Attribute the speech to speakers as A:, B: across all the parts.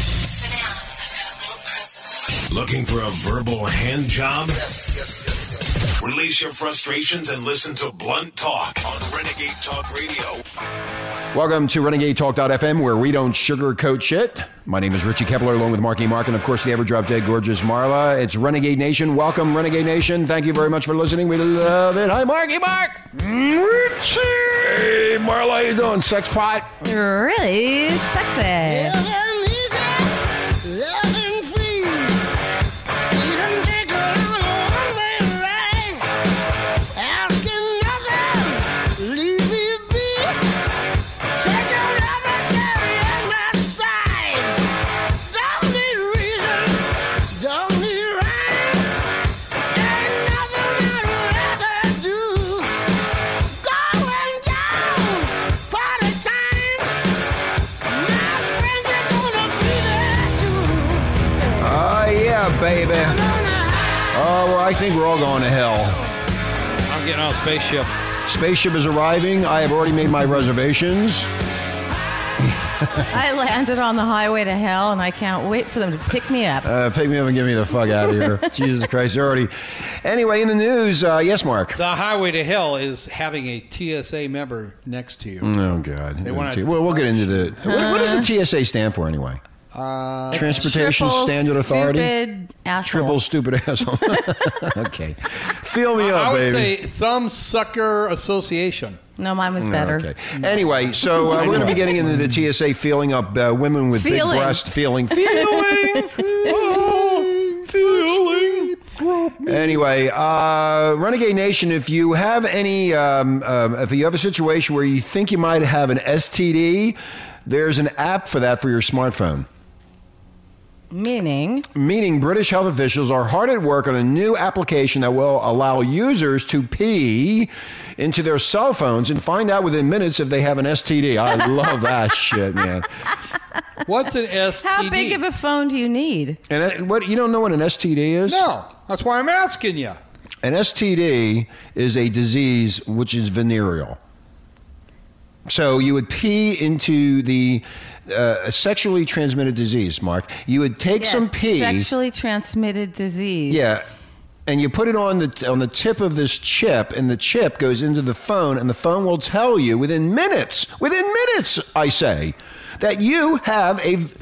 A: Sit down. I've got a little present for you.
B: Looking for a verbal hand job?
A: Yes, yes, yes, yes.
B: Release your frustrations and listen to Blunt Talk on Renegade Talk Radio.
C: Welcome to RenegadeTalk.fm, where we don't sugarcoat shit. My name is Richie Kepler, along with Marky Mark, and of course the ever drop dead gorgeous Marla. It's Renegade Nation. Welcome, Renegade Nation. Thank you very much for listening. We love it. Hi, Marky Mark. Richie. Hey, Marla, how you doing? Sex pot.
D: really sexy.
C: Oh, yeah, baby. Oh, well, I think we're all going to hell.
E: I'm getting on a spaceship.
C: Spaceship is arriving. I have already made my reservations.
D: I landed on the highway to hell, and I can't wait for them to pick me up.
C: Uh, pick me up and get me the fuck out of here. Jesus Christ, they're already. Anyway, in the news, uh, yes, Mark.
E: The highway to hell is having a TSA member next to you.
C: Oh God! They
E: wanna-
C: well, we'll get into the. What, what does the TSA stand for anyway?
E: Uh,
C: Transportation
D: Triple
C: Standard Authority.
D: Stupid asshole.
C: Triple stupid asshole. okay, fill me up,
E: I would
C: baby.
E: say Thumb Sucker Association.
D: No, mine was
C: Oh,
D: better.
C: Okay. Anyway, so uh, we're going to be getting into the TSA feeling up uh, women with
D: Feeling.
C: big breast feeling, feeling, oh, feeling. Anyway, uh, Renegade Nation, if you have any, um, um, if you have a situation where you think you might have an STD, there's an app for that for your smartphone.
D: Meaning,
C: Meaning, British health officials are hard at work on a new application that will allow users to pee into their cell phones and find out within minutes if they have an STD. I love that shit, man.
E: What's an STD?
D: how big of a phone do you need?
C: And uh, what you don't know what an STD is?
E: No, that's why I'm asking you.
C: An STD is a disease which is venereal. So you would pee into the uh, sexually transmitted disease, Mark. You would take some
D: Yes,
C: pee.
D: Sexually transmitted disease.
C: Yeah. And you put it on the on the tip of this chip, and the chip goes into the phone, and the phone will tell you within minutes, within minutes, I say, that you have a v-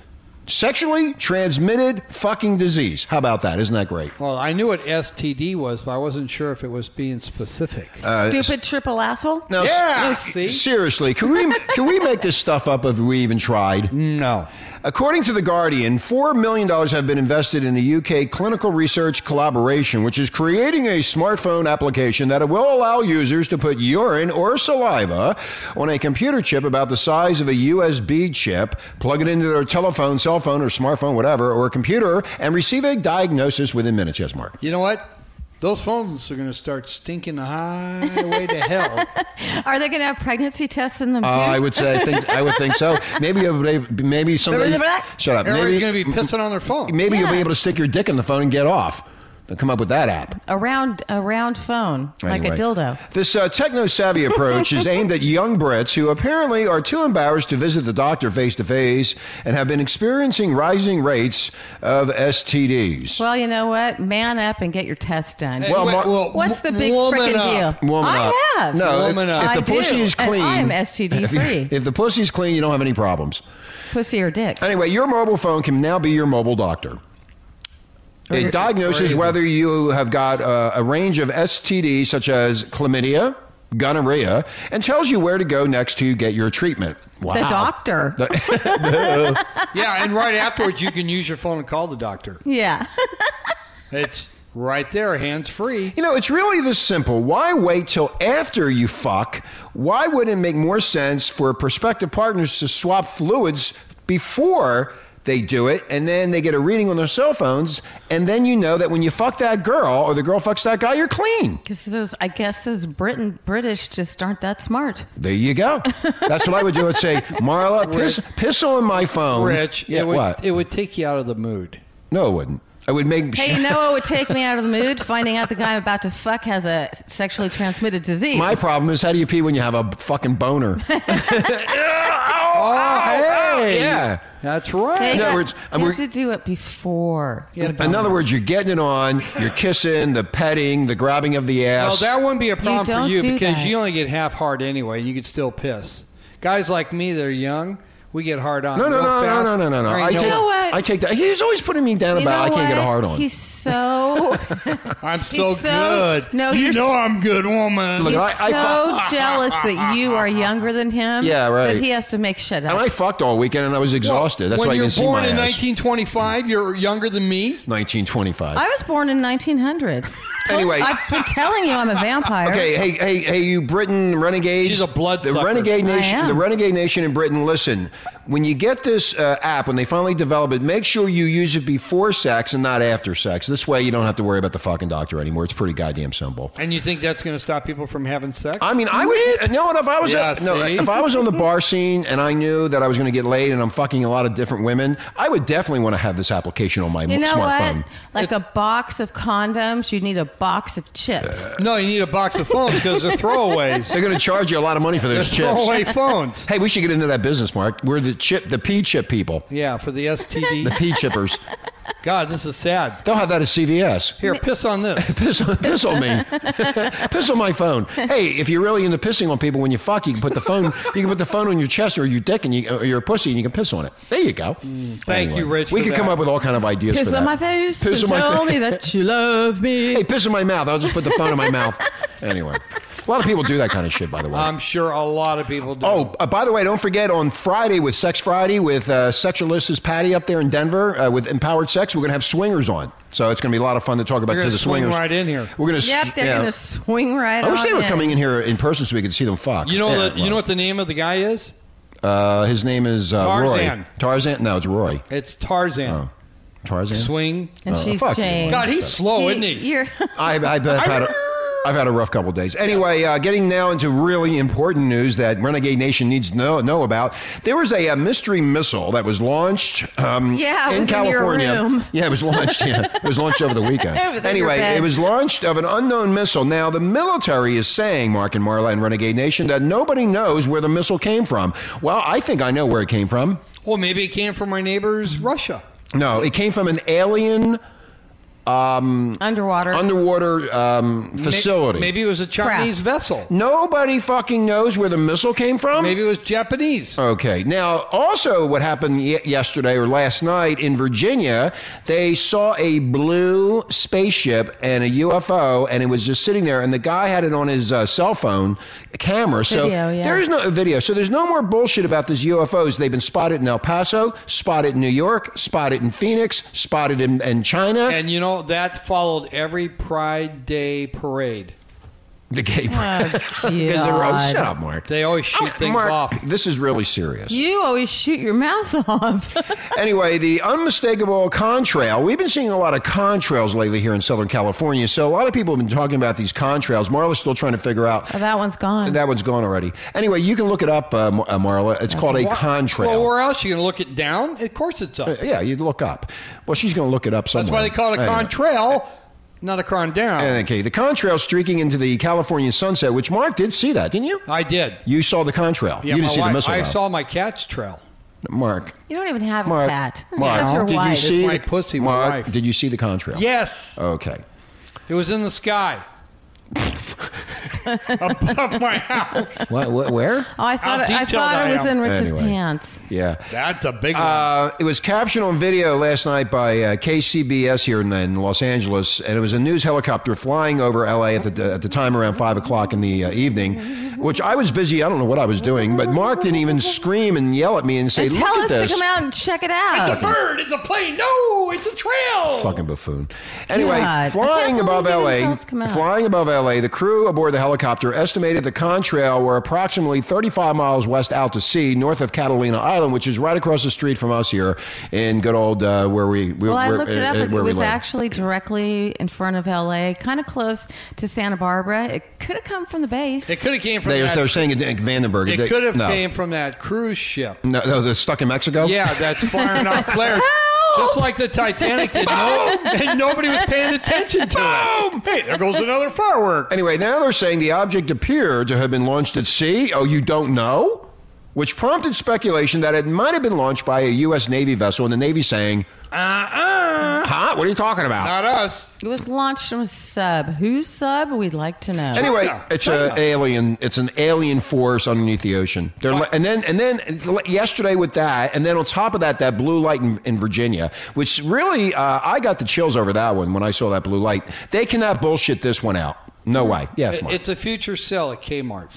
C: sexually transmitted fucking disease. How about that? Isn't that great?
E: Well, I knew what STD was, but I wasn't sure if it was being specific.
C: Uh,
D: Stupid triple asshole.
C: Now, s-
E: yeah,
D: no,
E: see?
C: seriously, can we can we make this stuff up if we even tried?
E: No.
C: According to The Guardian, $4 million have been invested in the UK clinical research collaboration, which is creating a smartphone application that will allow users to put urine or saliva on a computer chip about the size of a USB chip, plug it into their telephone, cell phone, or smartphone, whatever, or computer, and receive a diagnosis within minutes. Yes, Mark.
E: You know what? Those phones are going to start stinking the highway to hell.
D: Are they going to have pregnancy tests in them too?
C: Uh, I would say I think I would think so. Maybe maybe somebody shut up.
E: Everybody's
C: Maybe
E: going to be pissing on their phone.
C: maybe you'll be
D: Yeah.
C: able to stick your dick in the phone and get off. They'll come up with that app.
D: a round, a round phone, like a
C: Anyway.
D: dildo.
C: This uh, techno savvy approach is aimed at young Brits who apparently are too embarrassed to visit the doctor face to face and have been experiencing rising rates of STDs.
D: Well, you know what? Man up and get your test done.
E: Hey,
C: Well,
E: wait,
C: Mar-
E: well,
D: What's the big
E: woman
D: frickin'
E: up.
D: deal?
C: Woman
D: I
C: up.
D: have.
C: No, if,
E: Woman up.
C: if
D: I
C: the
D: do,
C: pussy is
D: and
C: clean,
D: I am STD
C: if you-
D: free.
C: If the pussy's clean, you don't have any problems.
D: Pussy or dick.
C: Anyway, your mobile phone can now be your mobile doctor. It diagnoses
E: crazy.
C: whether you have got uh, a range of STDs such as chlamydia, gonorrhea, and tells you where to go next to get your treatment. Wow.
D: The doctor.
E: Yeah, and right afterwards, you can use your phone and call the doctor.
D: yeah.
E: It's right there, hands free.
C: You know, it's really this simple. Why wait till after you fuck? Why wouldn't it make more sense for prospective partners to swap fluids before they do it and then they get a reading on their cell phones and then you know that when you fuck that girl or the girl fucks that guy, you're clean.
D: Because those, I guess those Britain British just aren't that smart.
C: There you go. That's what I would do. I'd say, Marla, piss, piss on my phone.
E: Rich,
C: Yeah,
E: it, would,
C: what?
E: it would take you out of the mood.
C: no, it wouldn't. I would make
D: Hey, you know what would take me out of the mood? Finding out the guy I'm about to fuck has a sexually transmitted disease.
C: Oh, My problem is how do you pee when you have a fucking boner?
E: Oh, hey.
C: Yeah.
E: That's right.
D: Okay,
C: In other
D: yeah.
C: words,
D: you
C: we're-
D: have to do it before.
E: Yeah, but-
C: In other words, you're getting it on, you're kissing, the petting, the grabbing of the
E: Well,
C: ass.
E: that wouldn't be a problem for
D: don't
E: you
D: do
E: because
D: that.
E: you only get half hard anyway, and you could still piss. Guys like me, they're young. We get hard on.
C: no, no,
E: real
C: no, no,
E: fast.
C: no, no, no, no.
E: There
C: I
E: ain't
C: take,
E: no-
D: know what?
C: I take that. He's always putting me down
D: You
C: about
D: know
C: I can't get a
D: what?
C: hard on.
D: He's so
E: I'm so,
D: so-
E: good.
D: no,
E: you
D: you're
E: know I'm good, woman.
C: Look,
D: he's
C: I- I
D: so jealous that you are younger than him.
C: Yeah, right.
D: That he has to make shit
C: and
D: up.
C: I fucked all weekend and I was exhausted. That's
E: when
C: why you
E: you're
C: can see
E: born
C: my
E: in
C: ass.
E: 1925, you're younger than me.
C: 1925.
D: I was born in 1900. Told-
C: Anyway.
D: I've been telling you I'm a vampire.
C: Okay, hey, hey, hey, you Britain renegades.
E: She's a blood
C: The
E: sucker.
C: renegade
D: I
C: nation.
D: am.
C: The renegade nation in Britain. Listen, when you get this uh, app, when they finally develop it, make sure you use it before sex and not after sex. This way, you don't have to worry about the fucking doctor anymore. It's pretty goddamn simple.
E: And you think that's going to stop people from having sex?
C: I mean, I would. No, and if I was
E: Yeah,
C: no,
E: see?
C: if I was on the bar scene and I knew that I was going to get laid and I'm fucking a lot of different women, I would definitely want to have this application on my
D: You know
C: smartphone.
D: what? Like a box of condoms, you need a box of chips.
C: Uh,
E: no, you need a box of phones because they're throwaways.
C: They're going to charge you a lot of money for
E: they're
C: those chips.
E: throwaway phones.
C: Hey, we should get into that business, Mark. We're the chip, the pea chip people,
E: Yeah, for the
C: the
E: STD.
C: pea chippers.
E: God, this is sad.
C: They'll have that at CVS.
E: Here, piss on this.
C: Piss, piss on me. piss on my phone. Hey, if you're really into pissing on people when you fuck, you can put the phone. You can put the phone on your chest or your dick and you, or your pussy, and you can piss on it. There you go.
E: Mm, thank you, Rich,
C: We
E: for
C: could come
E: that.
C: up with all kind of ideas.
D: Kiss
C: for
D: on
C: that.
D: my face
C: Piss
D: and
C: on my
D: tell
C: fa-
D: me that you love me.
C: Hey, piss in my mouth. I'll just put the phone in my mouth. Anyway, a lot of people do that kind of shit, by the way.
E: I'm sure a lot of people do.
C: Oh, uh, by the way, don't forget on Friday with Sex Friday with uh, Sexualist's Patty up there in Denver uh, with Empowered Sex. We're going to have swingers on, so it's going to be a lot of fun to talk about
E: They're gonna
C: to the
E: swing
C: swingers.
E: right in here.
C: We're going to.
D: Yep, they're gonna swing right
C: I wish
D: on
C: they were
D: in.
C: coming in here in person so we could see them fuck.
E: you know
C: Yeah,
E: the, you know what the name of the guy is?
C: Uh, his name is uh, Roy.
E: Tarzan.
C: Tarzan. No, it's Roy.
E: It's Tarzan.
C: Oh. Tarzan.
E: Swing.
D: And
C: Oh,
D: she's
C: fuck you.
D: changed.
E: God, he's slow,
D: He-
E: isn't he?
D: You're,
C: I, I've, I've had a, I've had a rough couple of days. Anyway, uh, getting now into really important news that Renegade Nation needs to know, know about. There was a, uh mystery missile that was launched um,
D: Yeah, it
C: in
D: was in your
C: California.
D: room.
C: Yeah, it was launched. Yeah, it was launched over the weekend.
D: It was in your
C: anyway,
D: bed.
C: it was launched of an unknown missile. Now, the military is saying, Mark and Marla and Renegade Nation, that nobody knows where the missile came from. Well, I think I know where it came from.
E: Well, maybe it came from my neighbor's Russia.
C: No, it came from an alien Mm.
D: underwater.
C: underwater um,
E: May-
C: facility.
E: Maybe it was a Chinese vessel.
C: Nobody fucking knows where the missile came from.
E: Maybe it was Japanese.
C: Okay. Now, also, what happened ye- yesterday or last night in Virginia, they saw a blue spaceship and a UFO, and it was just sitting there, and the guy had it on his uh, cell phone camera. So
D: Video, yeah.
C: there's no video. So there's no more bullshit about these UFOs. They've been spotted in El Paso, spotted in New York, spotted in Phoenix, spotted in, in China.
E: And you know, that followed every Pride Day parade.
C: the gay
D: Oh,
C: Because they're all,
D: God.
C: shut up, Mark.
E: They always shoot
C: I'm-
E: things
C: Oh, Mark,
E: off.
C: This is really serious.
D: You always shoot your mouth off.
C: anyway, the unmistakable contrail. We've been seeing a lot of contrails lately here in Southern California. So a lot of people have been talking about these contrails. Marla's still trying to figure out.
D: Oh, that one's gone.
C: That one's gone already. Anyway, you can look it up, uh, Mar- uh, Marla. It's called a
E: Wha-
C: contrail.
E: Well, where else? You going to look it down? Of course it's up.
C: yeah, you'd look up. Well, she's going to look it up somewhere.
E: That's why they call it a
C: Anyway.
E: contrail, not a cron down.
C: Okay, the contrail streaking into the California sunset, which Mark did see that, didn't you?
E: I did.
C: You saw the contrail.
E: Uh, Yeah,
C: you
E: my
C: didn't see
E: wife-
C: the missile.
E: I
C: though.
E: saw my cat's trail.
C: Mark.
D: you don't even have
C: Mark.
D: a cat.
C: Mark.
D: Except your
C: did you
D: wife.
C: see
E: It's my
C: the-
E: pussy, my
C: Mark,
E: wife.
C: did you see the contrail?
E: Yes,
C: Okay.
E: it was in the sky above my house.
C: What, what, where?
D: Oh, I
E: How
D: thought, it, I
E: detailed
D: thought
E: I
D: it was
E: am.
D: in Rich's
C: Anyway.
D: pants.
C: Yeah.
E: That's a big
C: Uh, it was captured on video last night by uh, KCBS here in, in Los Angeles, and it was a news helicopter flying over LA at the, at the time around 5 o'clock in the uh, evening, which I was busy. I don't know what I was doing, but Mark didn't even scream and yell at me and say,
D: And
C: Look
D: tell
C: at
D: us
C: this.
D: to come out and check it
E: one.
D: out.
E: It's a bird. It's a plane. No, it's a trail.
C: Fucking buffoon. Anyway,
D: God, I can't
C: flying
D: believe
C: above
D: you didn't tell
C: LA,
D: us to come out.
C: flying above LA, the crew aboard the helicopter estimated the contrail were approximately 35 miles west out to sea, north of Catalina Island, which is right across the street from us here in good old uh, where we. we
D: well, I
C: where-
D: looked it
C: uh,
D: up.
C: uh,
D: It
C: where we
D: was
C: live.
D: actually directly in front of LA, kind of close to Santa Barbara. It could have come from the base.
E: It could have came from
C: They,
E: that.
C: they're saying it in Vandenberg.
E: it could have
C: no.
E: came from that cruise ship.
C: No, no, they're stuck in Mexico.
E: Yeah, that's firing off flares. Just like the Titanic did, no, and nobody was paying attention to it. Hey, there goes another firework.
C: Anyway, now they're saying the object appeared to have been launched at sea. Oh, you don't know? which prompted speculation that it might have been launched by a U.S. Navy vessel, and the Navy saying,
E: Uh-uh. Uh,
C: "Huh? What are you talking about?"
E: Not us.
D: It was launched from a sub. Whose sub? We'd like to know.
C: Anyway,
E: China.
C: it's
E: China.
C: a alien. It's an alien force underneath the ocean. They're, li- and then and then yesterday with that, and then on top of that, that blue light in, in Virginia, which really uh, I got the chills over that one when I saw that blue light. They cannot bullshit this one out. No way. Yes, Mark.
E: It's a future sale at Kmart.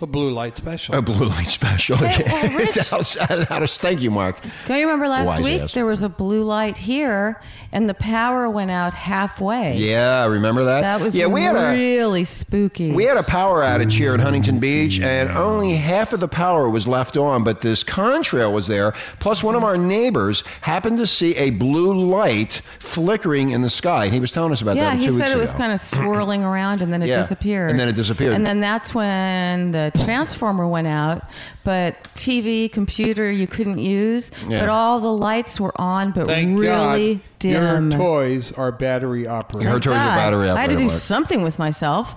E: A blue light special.
C: a blue light special. Okay.
D: well, Rich-
C: it's outside out of thank you, Mark.
D: Don't you remember last
C: Wise
D: week
C: ass.
D: there was a blue light here and the power went out halfway?
C: Yeah, remember that?
D: That was
C: yeah. We had a
D: really spooky.
C: We had a power outage here in Huntington Beach, and only half of the power was left on, but this contrail was there. Plus, one of our neighbors happened to see a blue light flickering in the sky, and he was telling us about
D: yeah,
C: that two
D: he
C: weeks
D: said it
C: ago.
D: was kind of swirling around and then it
C: Yeah,
D: disappeared.
C: and then it disappeared.
D: And then that's when the transformer went out, but TV, computer, you couldn't use,
C: Yeah.
D: but all the lights were on, but
E: Thank
D: really
E: God
D: dim.
E: your toys are battery operated.
C: Her toys are
D: God,
C: battery
D: I had to
C: operated,
D: do
C: Mark.
D: something with myself.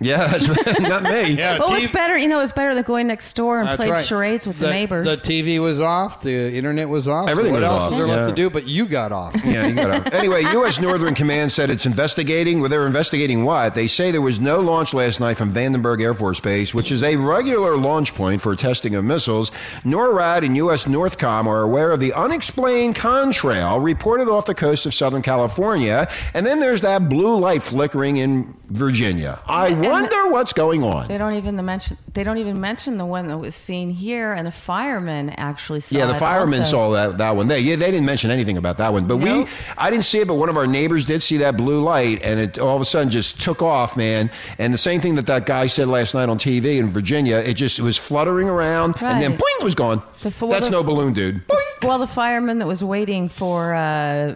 C: yeah, that's- not me.
E: Yeah,
D: But
E: T-
D: what's better, you know, it's better than going next door and
E: That's
D: played
E: right.
D: charades with the, neighbors.
E: The TV was off. The internet was off. so
C: Everything
E: what
C: was
E: else
C: off,
E: is there left
C: yeah.
E: to do? But you got off.
C: Yeah, you got it. Anyway, U.S. Northern Command said it's investigating. Well, they're investigating what? They say there was no launch last night from Vandenberg Air Force Base, which is a regular launch point for testing of missiles. NORAD and U.S. Northcom are aware of the unexplained contrail reported off the coast of Southern California. And then there's that blue light flickering in Virginia. I
D: And-
C: wonder what's going on.
D: They don't even mention. They don't even mention the one that was seen here, and a fireman actually saw.
C: Yeah, the
D: it
C: firemen
D: also.
C: saw that, that one. They yeah, they didn't mention anything about that one. But
D: No?
C: we, I didn't see it, but one of our neighbors did see that blue light, and it all of a sudden just took off, man. And the same thing that that guy said last night on TV in Virginia, it just it was fluttering around, and then
D: Right.
C: boing, it was gone.
D: The full-
C: That's no balloon, dude.
D: Well, the fireman that was waiting for. Uh,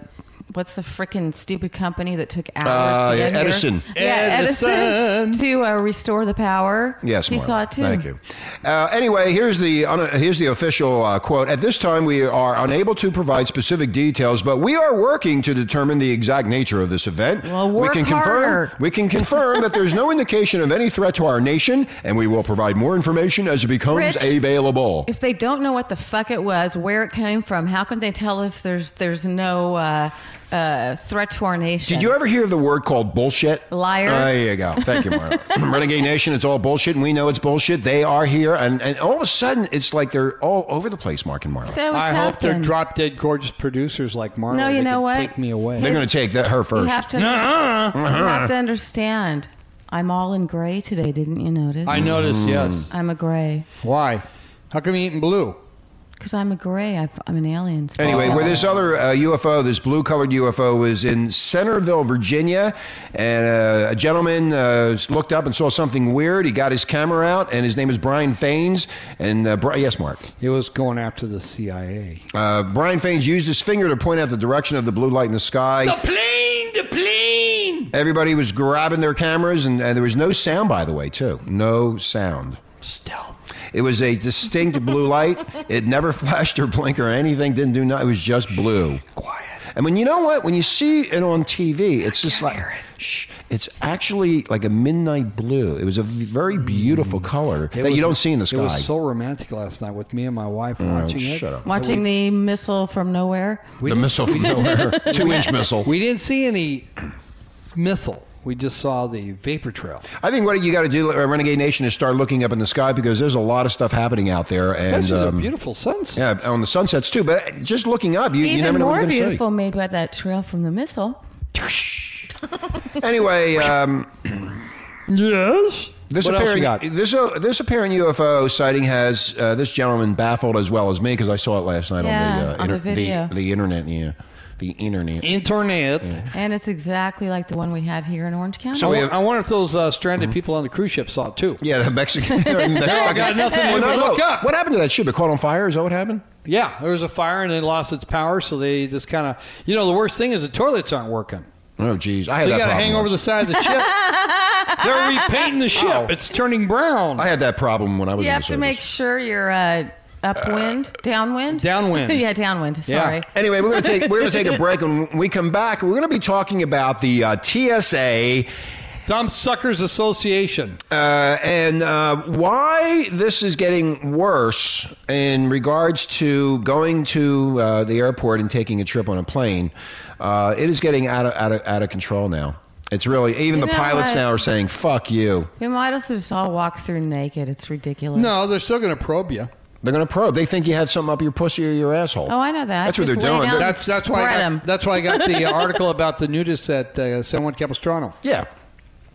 D: What's the frickin' stupid company that took hours?
C: Uh,
D: to get
C: yeah,
D: here?
C: Edison.
D: Yeah, Edison,
E: Edison.
D: to uh, restore the power.
C: Yes,
D: he
C: Marla.
D: saw it too.
C: Thank you. Uh, anyway, here's the un- here's the official uh, quote. At this time, we are unable to provide specific details, but we are working to determine the exact nature of this event.
D: Well,
C: we
D: work
C: can
D: harder.
C: confirm we can confirm that there's no indication of any threat to our nation, and we will provide more information as it becomes
D: Rich,
C: available.
D: If they don't know what the fuck it was, where it came from, how can they tell us there's there's no uh, uh, threat to our nation?
C: Did you ever hear the word called bullshit?
D: Liar.
C: There you go. Thank you, Marla. Renegade Nation, it's all bullshit, and we know it's bullshit. They are here, and, and all of a sudden, it's like they're all over the place, Mark and Marla.
D: That was
E: I hope they're
D: happening.
E: drop dead gorgeous producers like Marla.
D: No, you
E: They
D: know
E: could
D: what?
E: Take me away.
C: They're going to take that, her first.
D: You have to. You have
C: Uh-huh.
D: to understand. I'm all in gray today. Didn't you notice?
E: I
C: Mm.
E: noticed. Yes.
D: I'm a gray
E: Why? How come you eating blue?
D: because I'm a gray. I've, I'm an alien. It's
C: Anyway,
D: possible.
C: where this other uh, UFO, this blue colored UFO, was in Centerville, Virginia, and uh, a gentleman uh, looked up and saw something weird. He got his camera out, and his name is Brian Faines. And uh, Bri- yes, Mark.
E: It was going after the CIA.
C: Uh, Brian Faines used his finger to point out the direction of the blue light in the sky.
E: plane, the plane.
C: Everybody was grabbing their cameras, and, and there was no sound, by the way, too. No sound.
E: Stealth.
C: It was a distinct blue light. It never flashed or blinked or anything. Didn't do nothing. It was just blue.
E: Quiet.
C: And when you know what, when you see it on TV, it's just like, shh, it's actually like a midnight blue. It was a v- very beautiful color
E: It
C: that
E: was-
C: you don't see in the sky. Oh,
E: It was so romantic last night with me and my wife watching it.
C: shut up.
D: watching the missile from nowhere.
C: the missile from nowhere, two inch missile.
E: We didn't see any missile. We just saw the vapor trail.
C: I think what you got to do, uh, Renegade Nation, is start looking up in the sky because there's a lot of stuff happening out there, and
E: Those are the
C: um,
E: beautiful sunset.
C: yeah, on the sunsets too. But uh, just looking up, you, you
D: Even
C: never know what
D: more
C: you're going to see.
D: beautiful made by that trail from the missile.
C: Anyway, um,
E: Yes.
C: This
E: what else you
C: apparent
E: got?
C: this uh, this apparent UFO sighting has uh, this gentleman baffled as well as me because I saw it last night on the
D: Yeah,
C: uh,
D: on the video.
C: the, the internet yeah the internet.
E: E- Internet.
D: And it's exactly like the one we had here in Orange County.
E: I,
C: So- we
E: wa-
C: have-
E: I wonder if those uh, stranded people on the cruise ship saw it too.
C: yeah, the Mexican. they're in Mexico.
E: I got nothing
C: Well,
E: to
C: no,
E: look
C: no.
E: up.
C: What happened to that ship? It caught on fire. Is that what happened?
E: Yeah, there was a fire and it lost its power, so they just kind of. You know, the worst thing is the toilets aren't working.
C: Oh, geez, I had
E: So you
C: that
E: got to
C: problem.
E: hang over the
C: once.
E: side of the ship. They're repainting the ship.
C: Oh.
E: It's turning brown.
C: I had that problem when I was.
D: you
C: in
D: have
C: the
D: to make
C: service. Uh,
D: sure you're uh, upwind, downwind,
E: Downwind.
D: yeah, downwind.
E: Yeah.
D: Sorry.
C: Anyway, we're gonna take we're gonna take a break, and when we come back, we're gonna be talking about the uh, TSA.
E: Dumb Suckers Association.
C: Uh, and uh, why this is getting worse in regards to going to uh, the airport and taking a trip on a plane, uh, it is getting out of, out of, out of control now. It's really, even
D: You
C: the
D: know
C: pilots
D: what?
C: now are saying, fuck you.
D: We might as well just all walk through naked. It's ridiculous.
E: No, they're still going to probe you.
C: They're going to probe. They think you have something up your pussy or your asshole.
D: Oh, I know that.
C: That's what
D: Just
C: they're
D: lay
C: doing.
D: down.
E: That's that's why I
D: Spread
E: got,
D: 'em.
E: that's why I got the uh, article about the nudist at uh, San Juan Capistrano.
C: yeah.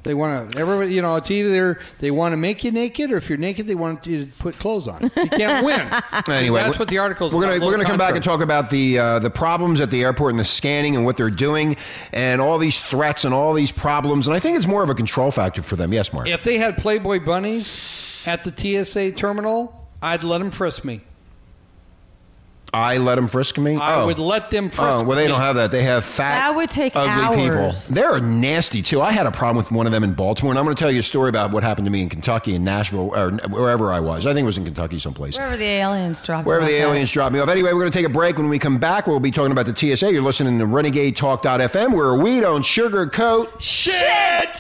E: They want to everybody, you know, it's either they want to make you naked, or if you're naked, they want you to put clothes on. You can't win.
C: Anyway,
E: that's
C: we-
E: what the article's.
C: We're
E: about,
C: gonna we're
E: low
C: gonna come back and
E: contrast.
C: talk about the uh, the problems at the airport and the scanning and what they're doing and all these threats and all these problems. And I think it's more of a control factor for them. Yes, Mark.
E: If they had Playboy bunnies at the TSA terminal, I'd let them frisk me.
C: I let them frisk me.
E: I
C: oh.
E: would let them
C: Oh
E: frisk.
C: well, they
E: me.
C: don't have that. They have fat,
D: That would take
C: ugly
D: hours.
C: people. They're nasty too. I had a problem with one of them in Baltimore, and I'm going to tell you a story about what happened to me in Kentucky, in Nashville, or wherever I was. I think it was in Kentucky, someplace.
D: Wherever the aliens drop.
C: Wherever
D: them
C: the
D: off at.
C: aliens drop me off. Anyway, we're going to take a break. When we come back, we'll be talking about the TSA. You're listening to Renegade Talk.fm, where we don't sugarcoat.
E: Shit!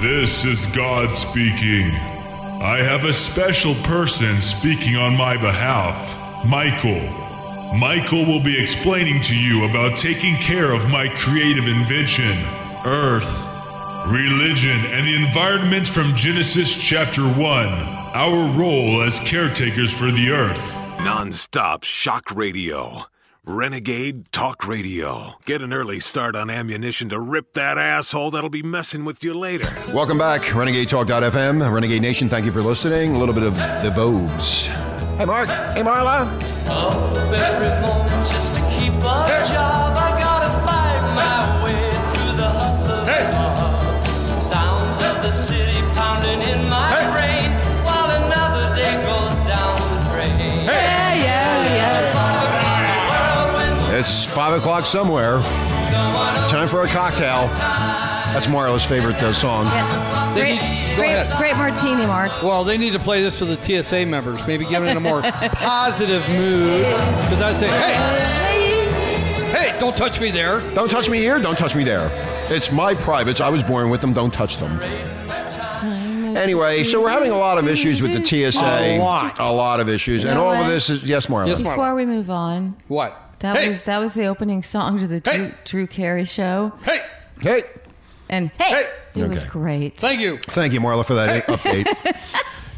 F: This is God speaking. I have a special person speaking on my behalf, Michael. Michael will be explaining to you about taking care of my creative invention, Earth, religion, and the environment from Genesis chapter 1, our role as caretakers for the Earth.
B: Non-stop shock radio. Renegade Talk Radio. Get an early start on ammunition to rip that asshole that'll be messing with you later.
C: Welcome back, Renegade Talk.fm, Renegade Nation. Thank you for listening. A little bit of the Vobes. Hey, Mark. Hey, Marla.
G: every morning just to keep a job. I gotta fight my way through the hustle and hard. Sounds of the city pounding in my brain while another day goes down the drain.
D: Yeah, yeah, yeah.
C: It's five o'clock somewhere. Time for a cocktail. That's Marla's favorite uh, song.
E: They
D: Great,
E: need- go
D: great,
E: ahead.
D: great martini, Mark.
E: Well, they need to play this for the TSA members. Maybe give it in a more positive mood. Because I'd say, hey, hey, don't touch me there.
C: Don't touch me here. Don't touch me there. It's my privates. I was born with them. Don't touch them. Anyway, so we're having a lot of issues with the TSA.
E: A lot.
C: A lot of issues. and
D: know
C: all of
D: what?
C: this is, yes, Marla.
E: Yes, Marla.
D: Before we move on,
E: What?
D: that
E: hey,
D: was that was the opening song to the
E: Hey.
D: Drew, Drew Carey show,
E: hey,
C: Hey,
D: and hey,
E: Hey.
D: it was
C: Okay.
D: great.
E: thank you.
C: thank you, Marla, for that update.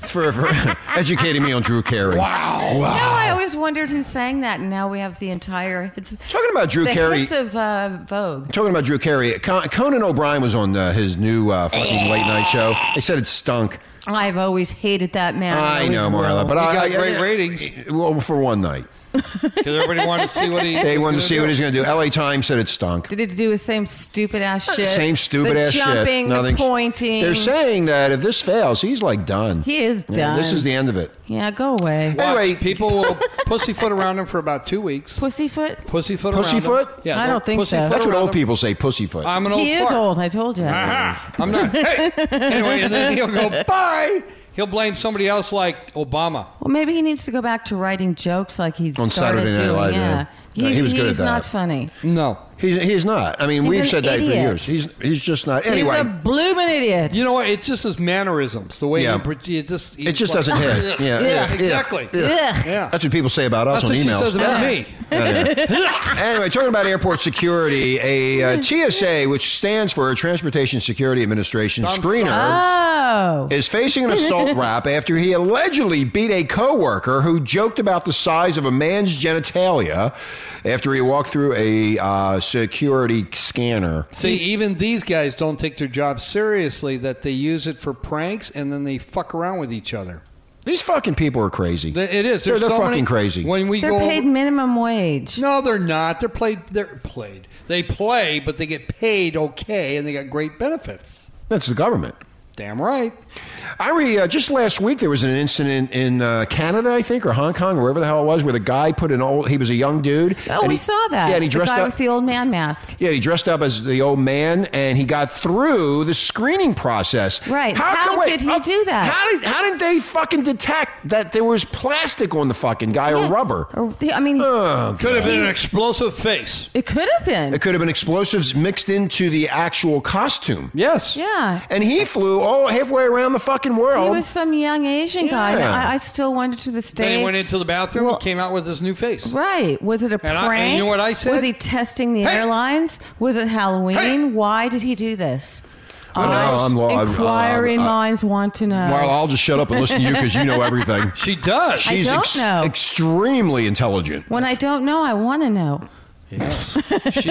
C: For, for educating me on Drew Carey. Wow.
D: No, I always wondered who sang that, and now we have the entire. It's
C: Talking about Drew
D: the
C: Carey.
D: hits of uh, Vogue.
C: Talking about Drew Carey, Con- Conan O'Brien was on uh, his new uh, fucking late night show. They said it stunk.
D: I've always hated that man.
C: I
D: always
C: know, Marla,
D: will.
C: but
E: He
C: I
E: got
C: I-
E: great
C: I-
E: ratings.
C: Well, for one night,
E: Because everybody wanted to see what he.
C: they
E: was
C: wanted to
E: gonna
C: see
E: do.
C: what he's going to do. L.A. Times said it stunk.
D: Did it do the same stupid ass shit?
C: Same stupid
D: the
C: ass
D: jumping,
C: shit.
D: The
C: Nothing's-
D: pointing.
C: They're saying that if this fails, he's like done.
D: He is
C: You know, This
D: done.
C: is the end of it.
D: yeah, go away.
E: Watch,
C: Anyway.
E: people will pussyfoot around him for about two weeks.
D: Pussyfoot?
E: Pussyfoot.
C: Pussyfoot?
E: Around him. Yeah,
D: I don't
E: they'll
D: think so.
E: pussyfoot
C: That's what
E: around
C: old
E: him.
C: people say, pussyfoot.
E: I'm an old.
D: He is
E: fart.
D: old. I told you.
E: I'm not. Hey. Anyway, and then he'll go bye. He'll blame somebody else like Obama.
D: Well, maybe he needs to go back to writing jokes like he
C: On
D: started
C: Saturday Night
D: doing.
C: Live, yeah.
D: yeah.
C: No,
D: He's,
C: he was good at
D: he's
C: that.
D: not funny.
E: No.
C: he's, he's not. I mean,
D: He's
C: we've
D: an
C: said that for
D: idiot.
C: years. He's he's just not. Anyway,
D: He's a blooming idiot.
E: You know what? It's just his mannerisms, the way
C: Yeah.
E: he, pre- it just
C: it just doesn't hit. Yeah,
E: yeah,
C: yeah,
E: exactly.
C: yeah.
D: Ugh.
E: Yeah.
C: That's what people say about us on
E: That's what she
C: emails.
E: says about me.
C: Anyway, talking about airport security, a uh, TSA, which stands for Transportation Security Administration screener,
D: Oh.
C: is facing an assault rap after he allegedly beat a coworker who joked about the size of a man's genitalia after he walked through a uh, security scanner.
E: See, even these guys don't take their job seriously. That they use it for pranks and then they fuck around with each other.
C: These fucking people are crazy.
E: Th- It is.
C: They're,
E: There's
C: they're
E: so
C: fucking
E: many-
C: crazy.
E: When we
D: They're
E: go,
D: paid minimum wage.
E: no, they're not. They're played. They're played. They play, but they get paid okay, and they got great benefits.
C: That's the government.
E: Damn right.
C: I re, uh, just last week there was an incident in uh, Canada, I think, or Hong Kong, or wherever the hell it was, where the guy put an old. He was a young dude.
D: Oh,
C: and
D: we
C: he-
D: saw that.
C: Yeah, and he
D: the
C: dressed
D: guy
C: up.
D: with the old man mask.
C: yeah, he dressed up as the old man, and he got through the screening process.
D: Right. How
C: come- wait,
D: did he
C: uh,
D: do that?
C: How did How did they fucking detect that there was plastic on the fucking guy
D: Yeah.
C: or rubber?
D: Or the- I mean,
E: Could have been an explosive face.
D: it could have been.
C: It could have been explosives mixed into the actual costume.
E: Yes.
D: yeah.
C: And he flew all halfway around the fucking world.
D: He was some young Asian guy. and
C: Yeah.
D: I, I still wonder to this day.
E: Then he went into the bathroom
D: Well-
E: and came out with his new face.
D: Right. Was it a
E: And I-
D: prank?
E: and you know what I said?
D: Was he testing the
E: Hey!
D: airlines? Was it Halloween?
E: Hey!
D: Why did he do this?
C: I don't know. I'm uh, lo- I'm-
D: Inquiring
C: I'm- I'm-
D: minds want to know.
C: Marla, I'll just shut up and listen to you because you know everything.
E: She does.
D: I
C: She's
D: don't
C: ex-
D: know.
C: extremely intelligent.
D: when I don't know, I want to know.
E: yes. She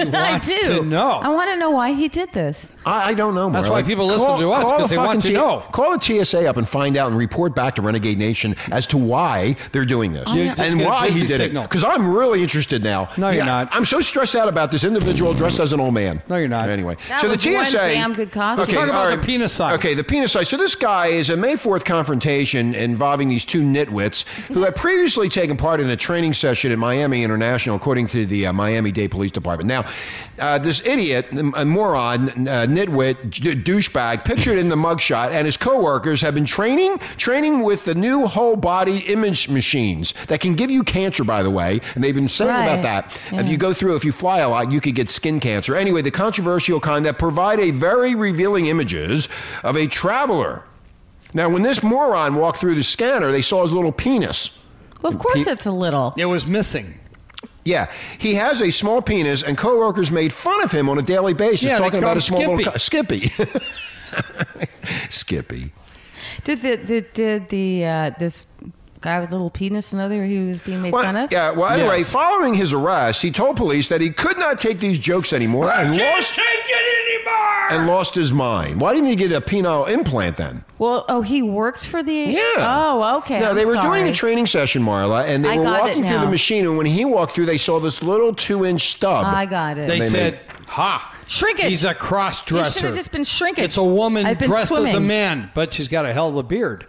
D: I
E: wants
D: do.
E: to know.
D: I want to know why he did this.
C: I, I don't know.
E: That's
C: Marla.
E: why people listen to us,
C: call
E: 'cause
C: the
E: they want
C: fucking
E: to know.
C: Call the TSA up and find out and report back to Renegade Nation as to why they're doing this
E: You're just
C: and
E: gonna
C: why he
E: busy
C: did
E: signal.
C: it. Because I'm really interested now.
E: No, you're not.
C: I'm so stressed out about this individual dressed as an old man.
E: No, you're not.
C: Anyway,
D: That
C: so
D: was
C: the
D: one
C: TSA.
D: damn good costume. Let's
E: talk about
C: all
E: the penis size.
C: Okay, the penis size. So this guy is a May 4th confrontation involving these two nitwits who had previously taken part in a training session at Miami International, according to the uh, Miami-Dade Police Department. Now, uh, this idiot, a moron, uh, nitwit, d- douchebag, pictured in the mugshot, and his coworkers have been training, training with the new whole-body image machines that can give you cancer, by the way. And they've been saying about
D: Right.
C: that. If you go through, if you fly a lot, you could get skin cancer. Anyway, the controversial kind that provide a very revealing images of a traveler. Now, when this moron walked through the scanner, they saw his little penis.
D: Well, of course, it's a little.
E: It was missing.
C: Yeah, he has a small penis, and coworkers made fun of him on a daily basis,
E: Yeah, they
C: talking
E: call
C: about
E: him
C: a small little
E: Skippy.
C: co- Skippy. Skippy.
D: Did the did, did the uh, this guy with the little penis know that he was being made
C: Well,
D: fun of?
C: Yeah, well, anyway,
E: Yes.
C: following his arrest, he told police that he could not take these jokes anymore and lost,
F: take it anymore!
C: and lost his mind. Why didn't he get a penile implant then?
D: Well, oh, he worked for the.
C: Yeah.
D: Oh, okay.
C: No,
D: I'm
C: they were
D: sorry.
C: doing a training session, Marla, and they
D: I
C: were
D: got it
C: walking through
D: now.
C: the machine. And when he walked through, they saw this little two-inch stub.
D: I got it.
E: They
C: They
E: said, "Ha,
D: Shrinkage.
E: He's a cross
D: You should
E: dresser.
D: have just been shrinkage.
E: It's a woman
D: I've been
E: dressed as a
D: swimming.
E: man, but she's got a hell of a beard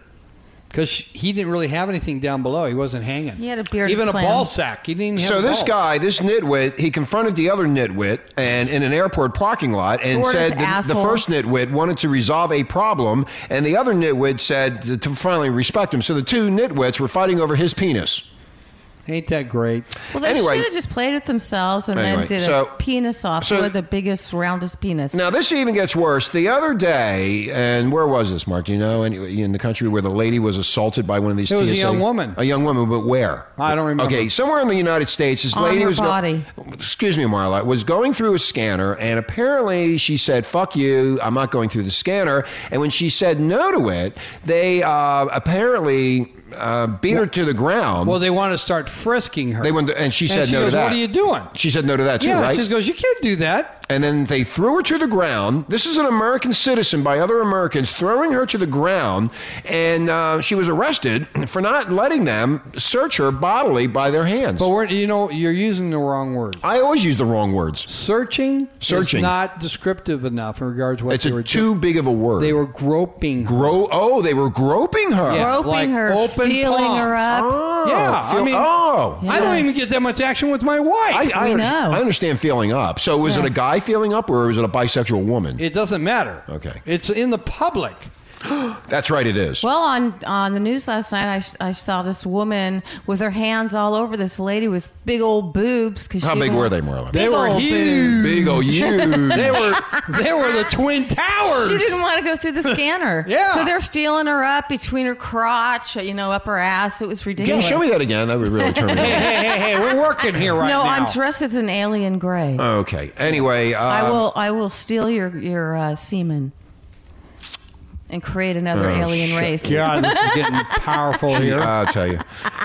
E: because he didn't really have anything down below. He wasn't hanging.
D: He had a bearded
E: even
D: clam.
E: a ball sack. He didn't. Have
C: so this
E: balls.
C: guy, this nitwit, he confronted the other nitwit and in an airport parking lot and
D: Gorgeous
C: said that the
D: asshole.
C: first nitwit wanted to resolve a problem and the other nitwit said to- to finally respect him. So the two nitwits were fighting over his penis.
E: ain't that great.
D: Well, they
C: Anyway.
D: should have just played it themselves and
C: Anyway,
D: then did
C: so-
D: a penis off.
C: so-
D: Who had the biggest, roundest penis?
C: Now this even gets worse. The other day, and where was this, Mark? Do you know? Anyway, in the country where the lady was assaulted by one of these.
E: It was a
C: TSA
E: young woman.
C: A young woman, but where?
E: I don't remember.
C: Okay, somewhere in the United States, this
D: On
C: lady
D: her
C: was. go-
D: body.
C: excuse me, Marla. Was going through a scanner, and apparently she said, "Fuck you! I'm not going through the scanner." And when she said no to it, they uh, apparently uh, beat her to the ground.
E: Well, they want to start frisking her.
C: They went to- and she said
E: she
C: no
E: goes,
C: to that.
E: What are you doing?
C: She said no to that too,
E: yeah,
C: right?
E: she goes, "You can't do that."
C: And then they threw her to the ground. This is an American citizen by other Americans throwing her to the ground. And uh, she was arrested for not letting them search her bodily by their hands.
E: But we're, you know, you're using the wrong word.
C: I always use the wrong words.
E: Searching,
C: Searching.
E: is not descriptive enough in regards to what
C: It's
E: they
C: a,
E: were
C: too
E: doing.
C: big of a word.
E: They were groping. her.
C: Gro- oh, they were groping her.
E: Yeah.
D: Groping
E: like
D: her,
E: open
D: feeling
E: palms.
D: her up.
C: Oh,
E: yeah,
C: feel-
E: I mean,
C: oh.
E: I don't
D: Yes.
E: even get that much action with my wife.
C: I, I,
D: We
C: under-
D: know.
C: I understand feeling up. So was it a
D: Yes.
C: guy feeling up or was it a bisexual woman?
E: It doesn't matter.
C: Okay.
E: It's in the public.
C: That's right, it is.
D: Well, on on the news last night, I, s- I saw this woman with her hands all over this lady with big old boobs. 'cause
C: How
D: she
C: big
D: went-
C: were they, Marla?
E: They
D: Big
E: were
D: old
E: huge.
C: Big ol' you.
E: They were they were the twin towers.
D: She didn't want to go through the scanner.
E: Yeah.
D: So they're feeling her up between her crotch, you know, up her ass. It was
C: Can you
D: ridiculous.
C: show me that again? That would really turn me
E: hey,
C: on.
E: hey, hey, hey, we're working here right
D: no,
E: now.
D: I'm dressed as an alien gray.
C: Okay. Anyway, uh,
D: I will. I will steal your your uh, semen and create another alien
C: Oh, shit.
D: race.
E: God, this is getting powerful here.
C: I'll tell you.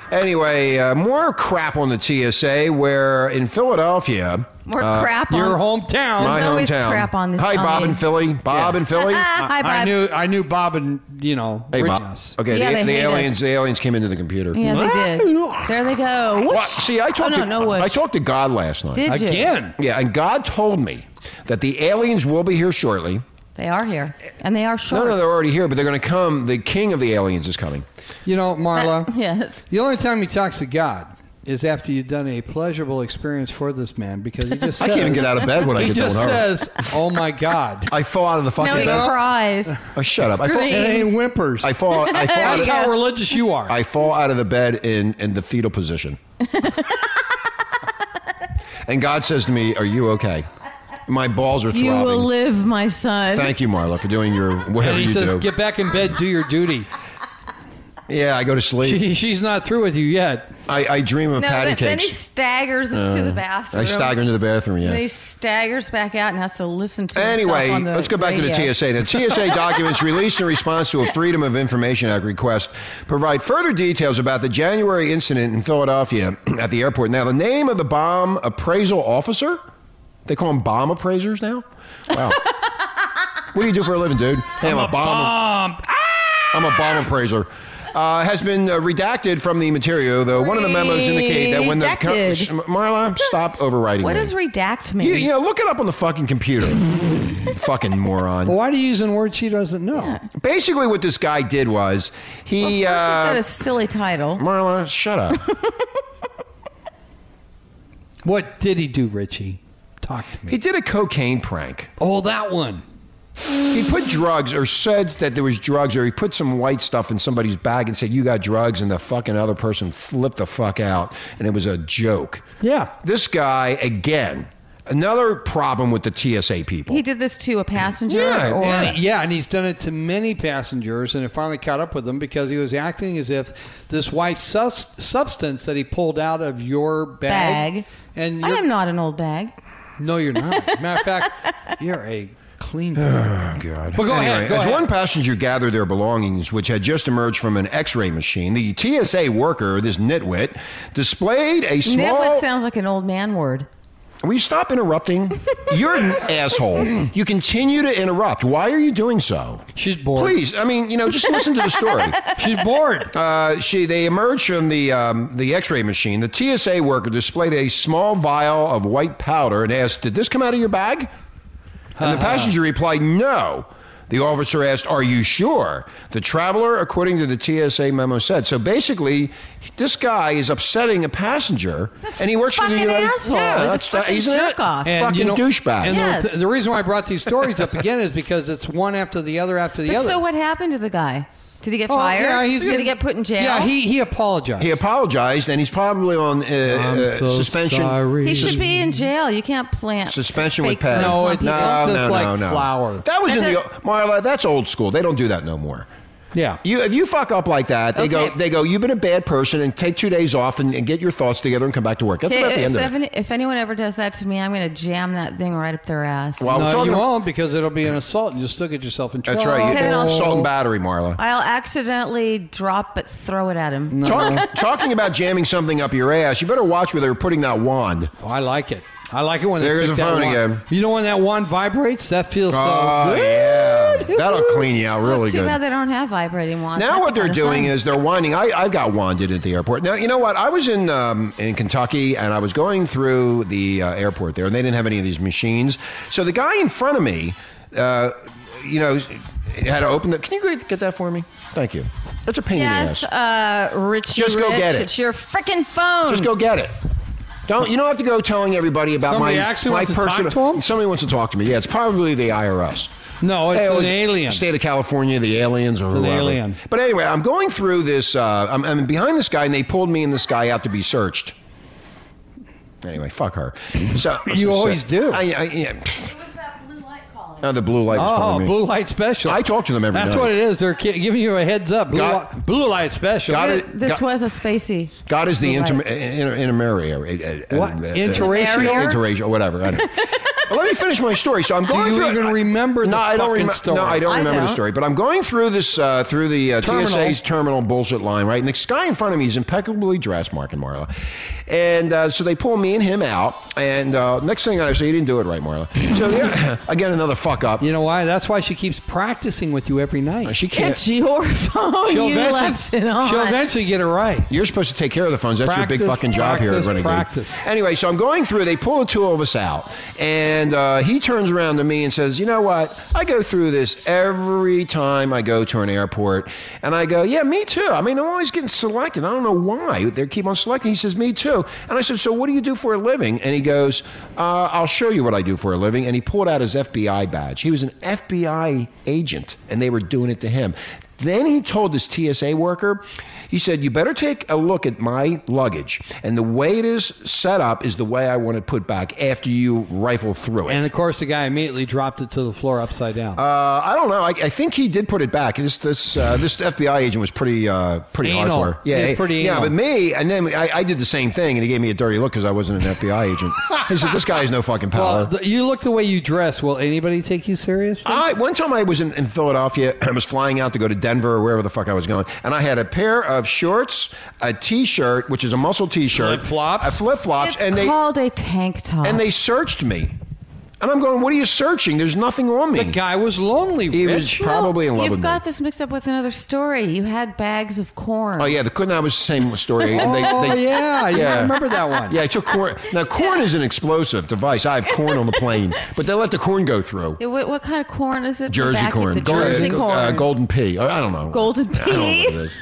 C: Anyway, uh, more crap on the TSA. Where in Philadelphia,
D: More crap on
E: Your hometown.
C: my
D: There's always
C: hometown.
D: crap on the-
C: Hi,
D: on
C: Bob
D: the-
C: in Philly. Bob
E: Yeah.
C: in Philly.
D: Hi, Bob.
E: I knew I knew Bob and you know
C: Hey,
E: Rich-
C: Bob. Okay,
D: Yeah,
C: the,
D: they
C: the
D: hate us.
C: aliens. The aliens came into the computer.
D: Yeah, they did. There they go. Whoosh.
C: Well, see, I talked.
D: Oh, no,
C: to,
D: no whoosh.
C: I talked to God last night.
D: Did you?
E: Again.
C: Yeah, and God told me that the aliens will be here shortly.
D: They are here, and they are
C: No,
D: short.
C: no, they're already here, but they're going to come. The king of the aliens is coming.
E: You know, Marla.
D: yes.
E: The only time he talks to God is after you've done a pleasurable experience for this man because he just
C: I
E: says,
C: can't even get out of bed when I
E: he
C: get
E: just
C: done.
E: says, "Oh my God,"
C: I fall out of the
D: No,
C: fucking
D: he
C: bed.
D: cries.
C: Oh, shut up. I fall,
E: and
D: Screams.
E: he whimpers.
C: I fall, I
D: Oh,
C: fall, out,
E: That's
C: of,
E: how religious you are.
C: I fall out of the bed in, in the fetal position. and God says to me, Are you okay? My balls are
D: You
C: throbbing.
D: will live, my son.
C: Thank you, Marla, for doing your whatever
E: and he
C: you
E: says,
C: do.
E: "Get back in bed, do your duty."
C: yeah, I go to sleep.
E: She, she's not through with you yet.
C: I, I dream of
D: no,
C: patty
D: then,
C: cakes.
D: then he staggers into the bathroom.
C: I stagger into the bathroom. Yeah.
D: Then he staggers back out and has to listen to. himself
C: Anyway,
D: on the
C: let's go back to
D: radio.
C: the TSA. The TSA documents released in response to a Freedom of Information Act request provide further details about the January incident in Philadelphia at the airport. Now, the name of the bomb appraisal officer, they call them bomb appraisers now? Wow. what do you do for a living, dude? Hey, I'm, a, bomb. Ah! I'm a bomb appraiser. Uh, has been uh, redacted from the material, though one of the memos indicate that when the
D: Redacted.
C: Marla, stop overriding
D: What
C: me.
D: does redact mean?
C: You, you know, look it up on the fucking computer. fucking moron.
E: Why do you use a word she doesn't know?
C: Basically, what this guy did was he.
D: Well, first,
C: uh,
D: it's got a silly title.
C: Marla, shut up.
E: What did he do, Richie? Talk to me.
C: he did a cocaine prank.
E: oh, that one.
C: He put drugs, or said that there was drugs, or he put some white stuff in somebody's bag and said, "You got drugs," and the fucking other person flipped the fuck out, and it was a joke.
E: Yeah.
C: This guy again. Another problem with the TSA people.
D: He did this to a passenger.
C: Yeah,
D: or,
E: Yeah, yeah, and he's done it to many passengers, and it finally caught up with him because he was acting as if this white sus- substance that he pulled out of your bag.
D: Bag.
E: And
D: I
E: you're-
D: am not an old bag.
E: No, you're not. Matter of fact, you're a clean.
C: Oh, God.
E: But go ahead, go
C: as
E: ahead.
C: one passenger gathered their belongings, which had just emerged from an X-ray machine, the TSA worker, this nitwit, displayed a small.
D: Nitwit sounds like an old man word.
C: Will you stop interrupting? You're an asshole. You continue to interrupt. Why are you doing so?
E: She's bored.
C: Please, I mean, you know, just listen to the story.
E: She's bored.
C: Uh, she, they emerged from the um, the X-ray machine. The TSA worker displayed a small vial of white powder and asked, "Did this come out of your bag?" And the passenger replied, "No." The officer asked, "Are you sure?" The traveler, according to the TSA memo, said. So basically, this guy is upsetting a passenger, and he works for the
D: fucking
C: United.
D: asshole.
C: Yeah,
D: He's a
C: that's
D: fucking
C: isn't it?
D: jerk-off.
E: And
C: fucking
E: you know-
C: douchebag.
E: And the-
D: Yes.
E: the, reason why I brought these stories up again is because it's one after the other after the
D: But
E: other.
D: so what happened to the guy? Did he get
E: Oh,
D: fired?
E: yeah, he's
D: Did
E: gonna
D: he get put in jail?
E: Yeah, he he apologized.
C: he apologized, and he's probably on uh,
E: I'm
C: uh,
E: so
C: suspension.
E: sorry.
D: He should be in jail. You can't plant
C: Suspension
D: fake
C: with pay.
D: drugs
E: No,
D: on
E: it's-
D: people.
E: no. just like flour.
C: That was in
D: That's
C: the
D: it.
C: Marla. That's old school. They don't do that no more.
E: Yeah.
C: You, if you fuck up like that, they go.
D: Okay.
C: They go. You've been a bad person, and take two days off and, and get your thoughts together and come back to work. That's
D: Okay,
C: about the
D: if,
C: end of it.
D: seven- if anyone ever does that to me, I'm going to jam that thing right up their ass.
C: Well, we're
E: no,
C: talking-
E: you won't because it'll be an assault and you'll still get yourself in trouble.
C: That's right. You-
D: Okay, then I'll-
C: Salt and battery, Marla.
D: I'll accidentally drop it, throw it at him.
C: Talk, talking about jamming something up your ass, you better watch where they're putting that wand.
E: Oh, I like it. I like it when
C: There goes
E: they stick
C: the
E: that
C: phone
E: wand.
C: again.
E: You know when that wand vibrates? That feels so
C: Oh,
E: good.
C: yeah. That'll clean you out really
D: Too
C: good.
D: bad they don't have vibrating wands.
C: Now
D: That'd
C: what
D: be
C: they're
D: kinda
C: doing
D: fun.
C: is they're winding. I, I got wanded at the airport. Now you know what? I was in um, in Kentucky and I was going through the uh, airport there, and they didn't have any of these machines. So the guy in front of me, uh, you know, had to open the. Can you go get that for me? Thank you. That's a pain
D: yes,
C: in the ass.
D: uh, Richie.
C: Just go
D: Rich,
C: get it.
D: It's your freaking phone.
E: um,
C: Just go get it. Don't you don't have to go telling everybody about
E: Somebody
C: my
E: actually
C: my
E: wants to talk
C: personal.
E: to 'em?
C: somebody wants to talk to me. Yeah, it's probably the IRS.
E: No, Oh, it's
C: Hey, oh, it
E: an
C: was
E: alien.
C: State of California, the aliens or
E: an
C: whoever.
E: alien.
C: But anyway, I'm going through this. Uh, I'm, I'm behind this guy, and they pulled me and this guy out to be searched. Anyway, fuck her. So
E: You always do.
C: I, I, yeah. pfft,
D: What's that blue light calling?
C: now the blue light. was
E: Oh,
C: calling me.
E: blue light special.
C: I talk to them every
E: That's
C: night.
E: what it is. They're ki- giving you a heads up. Blue,
C: Got-
E: li- blue light special.
C: Got
D: Th-
C: it.
D: This
C: Got-
D: was a spacey.
C: God is the
D: Blue
C: inter,
D: light.
C: inter, intermarrier. uh, uh,
E: What?
C: uh, uh,
E: Interracial?
C: Interracial, whatever. I don't know. Well, let me finish my story. So I'm going
E: you
C: through.
E: even
C: I-
E: remember the
C: no, I don't
E: fucking
C: remember.
E: story?
C: No, I don't
D: I
C: remember the
D: don't.
C: story. But I'm going through this uh, through the uh,
E: Terminal.
C: TSA's terminal bullshit line, right? And this guy in front of me is impeccably dressed, Mark and Marla. And uh, so they pull me and him out. And uh, next thing I say, you didn't do it right, Marla. So yeah, again, another fuck up.
E: You know why? That's why she keeps practicing with you every night.
C: She can't.
D: It's your phone.
E: She'll
D: Oh, you
E: eventually-
D: left it on.
E: She'll eventually get it right.
C: You're supposed to take care of the phones. That's your big
E: Practice,
C: fucking job here at
E: practice,
C: Renegade.
E: practice.
C: Anyway, so I'm going through. They pull the two of us out, and And uh, he turns around to me and says, You know what? I go through this every time I go to an airport. And I go, Yeah, me too. I mean, I'm always getting selected. I don't know why. They keep on selecting. He says, Me too. And I said, So what do you do for a living? And he goes, uh, I'll show you what I do for a living. And he pulled out his FBI badge. He was an FBI agent, and they were doing it to him. Then he told this TSA worker, he said, You better take a look at my luggage. And the way it is set up is the way I want it put back after you rifle through it.
E: And of course, the guy immediately dropped it to the floor upside down.
C: uh, I don't know. I, I think he did put it back. This this uh, this FBI agent was pretty uh, pretty
E: Anal.
C: hardcore.
E: He was pretty
C: yeah.
E: anal.
C: But me, and then I, I did the same thing, and he gave me a dirty look because I wasn't an FBI agent. he said, "This guy has no fucking power."
E: well, th- you look Oh, the way you dress. Will anybody take you seriously?
C: I, one time I was in, in Philadelphia. I was flying out to go to Denver or wherever the fuck I was going, and I had a pair of shorts, a T-shirt, which is a muscle T-shirt,
E: Flip-flops?
C: a flip flops,
D: It's
C: and they
D: called a tank top.
C: and they searched me, and I'm going, "What are you searching? There's nothing on me."
E: the guy was lonely.
C: he was
E: Rich.
C: probably in love
D: You've
C: with
D: got
C: me.
D: this mixed up with another story. You had bags of corn.
C: Oh yeah, the couldn't. I was the same story. And they,
E: oh
C: they,
E: yeah, yeah,
C: Yeah.
E: I remember that one.
C: Yeah, I took corn. Now, corn is an explosive device. I have corn on the plane, but they let the corn go through.
D: Yeah, What, what kind of corn is it?
C: Jersey
D: Back at
C: corn.
D: The Jersey
C: Gold-
D: corn.
C: Uh, golden pea. I I don't know.
D: Golden
C: I don't know
D: pea?
C: what it is.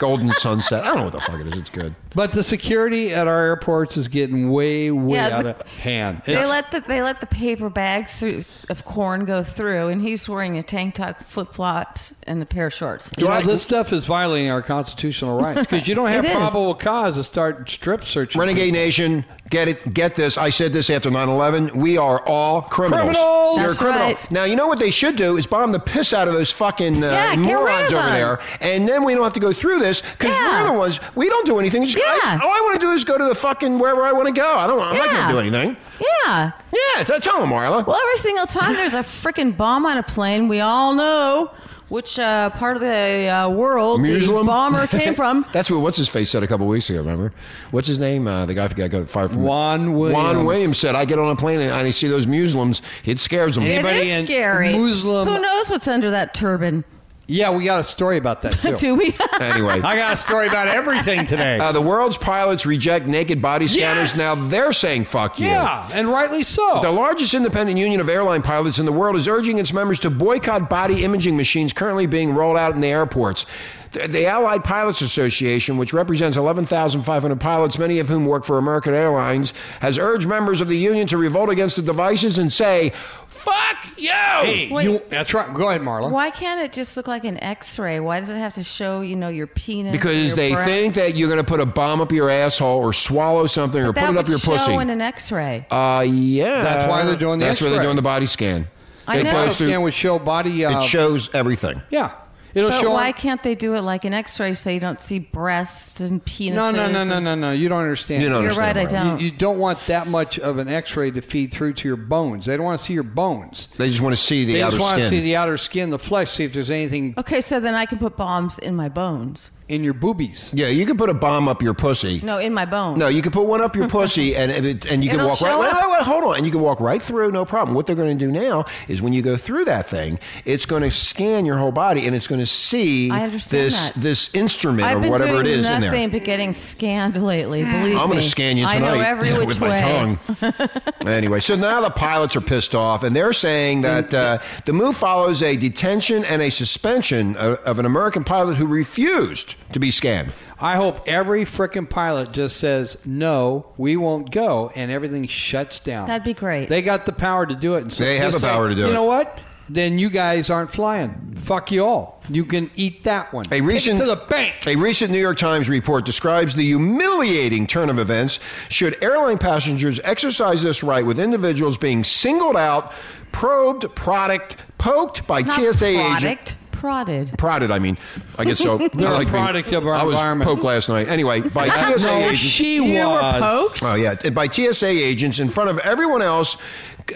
C: Golden sunset. I don't know what the fuck it is. It's good.
E: But the security at our airports is getting way, way
D: Yeah,
E: out
D: but-
E: of hand.
D: They let the they let the paper bags through, of corn go through, and he's wearing a tank top, flip flops, and a pair of shorts.
E: You know, this stuff is violating our constitutional rights because you don't have
D: It is.
E: probable cause to start strip searching.
C: Renegade Nation, get it, get this. I said this after 9/11. We are all criminals.
E: Criminals!
C: You're a
D: That's
C: criminal.
D: right.
C: Now you know what they should do is bomb the piss out of those fucking uh,
D: Yeah, get rid of
C: morons over
D: them.
C: there, and then we don't have to go through this because
D: Yeah.
C: we're the ones. We don't do anything. Just-
D: Yeah.
C: I, all I want to do is go to the fucking wherever I want to go. I don't. I'm not going
D: Yeah.
C: to do anything.
D: Yeah.
C: Yeah, t- tell them, Marla.
D: Well, every single time there's a freaking bomb on a plane, we all know which uh, part of the uh, world
C: Muslim?
D: the bomber came from.
C: That's what what's his face said a couple weeks ago. Remember, what's his name? Uh, the guy who got fired from
E: Juan Williams.
C: Juan Williams said, "I get on a plane and I see those Muslims. It scares them."
E: Anybody-
D: it
E: in
D: is scary.
E: Muslim-
D: Who knows what's under that turban?
E: Yeah, we got a story about that too.
D: Do we?
C: anyway,
E: I got a story about everything today.
C: uh, the world's pilots reject naked body scanners.
E: Yes!
C: Now they're saying, "Fuck you."
E: yeah, and rightly so.
C: The largest independent union of airline pilots in the world is urging its members to boycott body imaging machines currently being rolled out in the airports. The, the Allied Pilots Association, which represents 11,500 pilots, many of whom work for American Airlines, has urged members of the union to revolt against the devices and say, fuck you!
E: Hey,
D: Wait.
E: you- that's right. Go ahead, Marla.
D: Why can't it just look like an X-ray? Why does it have to show you know your penis? and
C: Because
D: your
C: they
D: breath?
C: think that you're going to put a bomb up your asshole or swallow something or
D: that
C: put it
D: would
C: up your
D: show
C: pussy.
D: in an X-ray.
C: uh, yeah.
E: That's why they're doing the
C: That's why they're
E: X-ray.
C: doing the body scan.
D: I
C: They
D: know.
C: go
E: Body
C: through-
E: scan would show body. Uh,
C: it shows everything.
E: yeah, it'll
D: But
E: show.
D: why can't they do it like an X-ray so you don't see breasts and penises?
E: no, no, no, no, no, no. You don't understand.
C: You don't
D: You're right.
C: understand
D: I
C: why.
D: don't.
E: You, you don't want that much of an X-ray to feed through to your bones. They don't want to see your bones.
C: They just want to see the
E: they
C: outer
E: just want
C: skin.
E: to see the outer skin, the flesh, see if there's anything
D: okay, so then I can put bombs in my bones.
E: in your boobies.
C: yeah, you can put a bomb up your pussy.
D: No, in my bones.
C: No, you can put one up your pussy, and and it, and you can
D: It'll
C: walk right.
D: show
C: Wait,
D: up.
C: wait, wait, hold on, and you can walk right through, no problem. What they're going to do now is when you go through that thing, it's going to scan your whole body, and it's going to see
D: I
C: this
D: understand that.
C: this instrument
D: I've
C: or
D: been
C: whatever
D: doing
C: it is
D: nothing
C: in there.
D: but getting scanned lately. Believe
C: I'm
D: me,
C: going to scan you tonight
D: I know every which
C: with
D: way.
C: my tongue. anyway, so now the pilots are pissed off, and they're saying that uh, the move follows a detention and a suspension of, of an American pilot who refused to be scanned.
E: I hope every frickin' pilot just says, no, we won't go, and everything shuts down.
D: That'd be great.
E: They got the power to do it. And so
C: They have
E: just
C: the power
E: say,
C: to do
E: You
C: it."
E: know what? Then you guys aren't flying. Fuck you all. You can eat that one.
C: A recent,
E: Take it to the bank.
C: A recent New York Times report describes the humiliating turn of events should airline passengers exercise this right with individuals being singled out, probed, product, poked by
D: Not
C: TSA agent.
D: product, prodded.
C: Prodded, I mean, I guess so.
E: They're
C: I
E: a
C: being-
E: product of our
C: I was
E: environment.
C: poked last night. Anyway, by TSA
E: no,
C: agents.
E: she
D: you
E: was.
D: were poked.
C: Oh yeah, by TSA agents in front of everyone else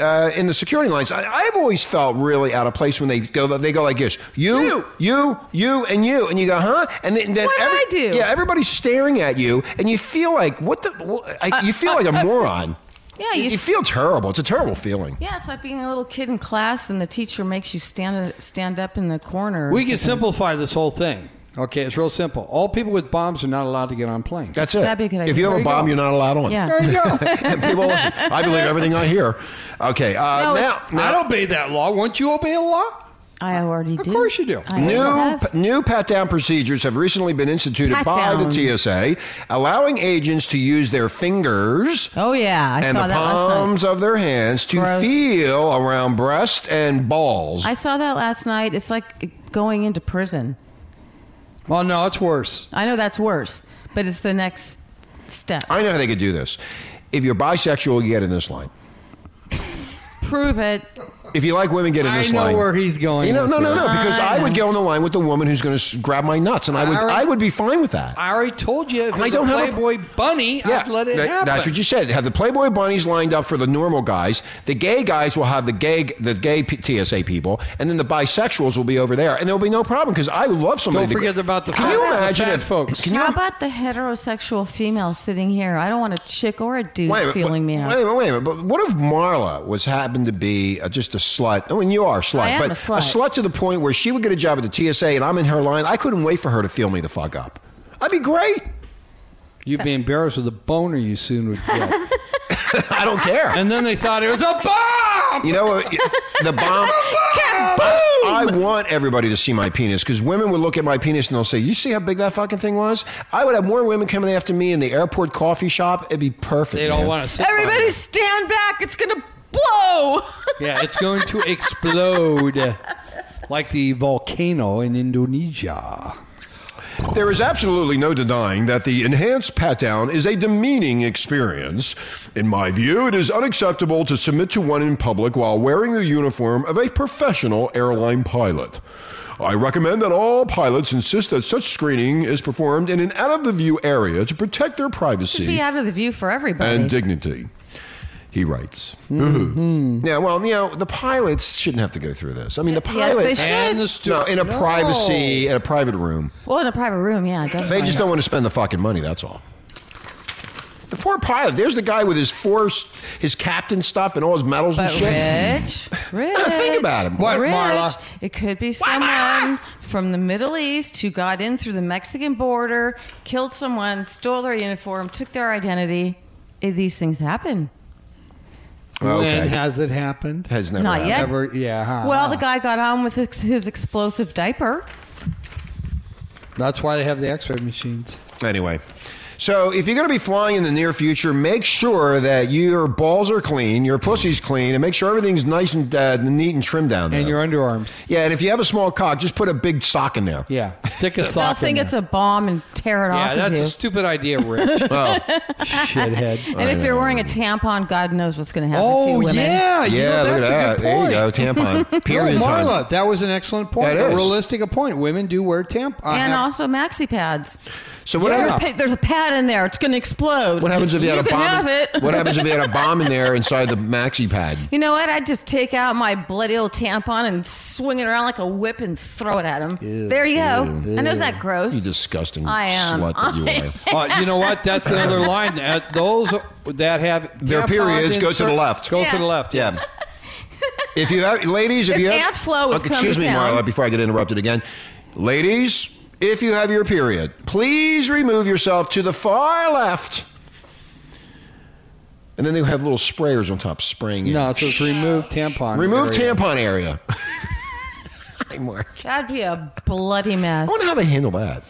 C: uh, in the security lines. I, I've always felt really out of place when they go. They go like this: you, you, you, and you, and you go, huh? And then, then
D: What did I do?
C: Yeah, everybody's staring at you, and you feel like what the? wh- I, you feel like a moron.
D: Yeah,
C: you,
D: you-
C: you feel terrible. It's a terrible feeling.
D: Yeah, it's like being a little kid in class and the teacher makes you stand stand up in the corner.
E: We can simplify this whole thing. Okay, it's real simple. All people with bombs are not allowed to get on planes.
C: That's it.
D: That'd be a good
C: If you
D: idea.
C: have
D: There
C: a
D: you
C: bomb,
D: go.
C: you're not allowed on.
D: Yeah.
E: There you go.
C: And people listen. I believe everything I hear. Okay. Uh,
D: No,
C: now,
D: it's-
C: now-
E: I obey that law. Won't you obey a law?
D: I already do.
E: Of course you do.
D: I
C: New,
D: have.
C: new pat down procedures have recently been instituted
D: Pat
C: by
D: down.
C: the TSA, allowing agents to use their fingers
D: Oh yeah, I
C: and
D: saw
C: the
D: that last night.
C: palms of their hands to
D: Gross.
C: feel around breast and balls.
D: I saw that last night. It's like going into prison.
E: Well, no, it's worse.
D: I know that's worse, but it's the next step.
C: I know how they could do this. If you're bisexual, you get in this line.
D: Prove it.
C: If you like women, get in
E: I
C: this
E: know
C: line.
E: where he's going.
C: You know, no,
E: with
C: no, no,
E: this.
C: because I,
D: I
C: would
D: know.
C: get on the line with the woman who's going to grab my nuts, and I would,
E: I already-
C: I would be fine with that.
E: I already told you if
C: I
E: it's
C: don't
E: a
C: have a-
E: Playboy bunny, I'd let it
C: that-
E: happen.
C: That's what you said. Have the Playboy bunnies lined up for the normal guys. The gay guys will have the gay the gay P- TSA people, and then the bisexuals will be over there, and there will be no problem because I would love somebody.
E: Don't
C: to-
E: forget about the
C: Can
E: fat-
C: you
E: the
C: imagine
E: fat
C: if
E: folks.
C: Can you
D: How about the heterosexual female sitting here? I don't want a chick or a dude
C: wait, a minute,
D: feeling
C: wait,
D: me out.
C: Wait a minute, wait a minute. But what if Marla was happened to be uh, just a slut? I mean, you are a slut,
D: I am
C: but
D: a slut.
C: to the point where she would get a job at the TSA, and I'm in her line. I couldn't wait for her to feel me the fuck up. I'd be great.
E: You'd be embarrassed with the boner you soon would get.
C: I don't care.
E: and then they thought it was a bomb.
C: You know what? The bomb. I want everybody to see my penis because women would look at my penis and they'll say, "You see how big that fucking thing was?" I would have more women coming after me in the airport coffee shop. It'd be perfect.
E: They don't
C: man.
E: want to sit.
D: Everybody stand back. It's going to blow.
E: Yeah, it's going to explode uh, like the volcano in Indonesia.
C: There is absolutely no denying that the enhanced pat down is a demeaning experience. In my view, it is unacceptable to submit to one in public while wearing the uniform of a professional airline pilot. I recommend that all pilots insist that such screening is performed in an out of the view area to protect their privacy.
D: be out of the view for everybody.
C: and dignity. He writes. Yeah, well, you know, the pilots shouldn't have to go through this. I mean, the
D: Yes, they
C: pilots.
D: should.
E: And the stu-
C: no, in a
E: No.
C: privacy, in a private room.
D: well, in a private room, yeah, definitely.
C: They just don't want to spend the fucking money, that's all. The poor pilot. There's the guy with his force, his captain stuff, and all his medals
D: But
C: and shit.
D: rich, rich.
C: Think about it.
E: What,
D: rich.
E: Marla?
D: It could be someone from the Middle East who got in through the Mexican border, killed someone, stole their uniform, took their identity. Eh, These things happen.
E: When
C: Okay.
E: has it happened?
C: Has never
D: Not yet.
C: happened.
E: Ever? Yeah. huh?
D: Well, the guy got on with his, his explosive diaper.
E: That's why they have the X-ray machines.
C: Anyway. So, if you're going to be flying in the near future, make sure that your balls are clean, your pussy's clean, and make sure everything's nice and uh, neat and trimmed down there.
E: And your underarms.
C: Yeah, and if you have a small cock, just put a big sock in there.
E: Yeah. Stick a
D: They'll
E: sock.
D: think
E: in
D: it's
E: there.
D: a bomb and tear it
E: Yeah,
D: off
E: that's
D: of
E: a
D: you.
E: stupid idea, Rich.
C: Oh,
E: Shithead.
D: and if you're wearing a tampon, God knows what's going to happen to
E: Oh
D: you women.
E: yeah, you
C: yeah,
E: know,
C: look at
E: that's
C: that.
E: a good
C: There you
E: point.
C: go, tampon. Period.
E: no,
C: time.
E: Marla, that was an excellent point.
C: That
E: A
C: is.
E: realistic a point. Women do wear tampons.
D: And also maxi pads.
C: So what?
E: Yeah.
C: happened-
D: There's a pa- There's a pad in there. It's going to explode.
C: What happens if you,
D: you
C: had a
D: can
C: bomb?
D: Have
C: in-
D: it.
C: What happens if you had a bomb in there inside the maxi pad?
D: You know what? I'd just take out my bloody old tampon and swing it around like a whip and throw it at him. there you go. I know, isn't that gross?
C: You disgusting
D: I am.
C: slut that you are.
E: Uh, you know what? That's another line. At those that have
C: Their
E: tampons
C: periods, go to
E: insert-
C: the left.
E: Go
D: Yeah.
E: to the left.
C: Yeah. If you have, ladies, if,
D: If
C: you have,
D: Aunt Flo was
C: Okay,
D: coming
C: excuse
D: to
C: me,
D: town.
C: Marla, before I get interrupted again, ladies, if you have your period, please remove yourself to the far left. And then they have little sprayers on top spraying you.
E: No, so it's remove tampon.
C: Remove
E: area.
C: tampon area. Hey, Mark.
D: That'd be a bloody mess.
C: I wonder how they handle that.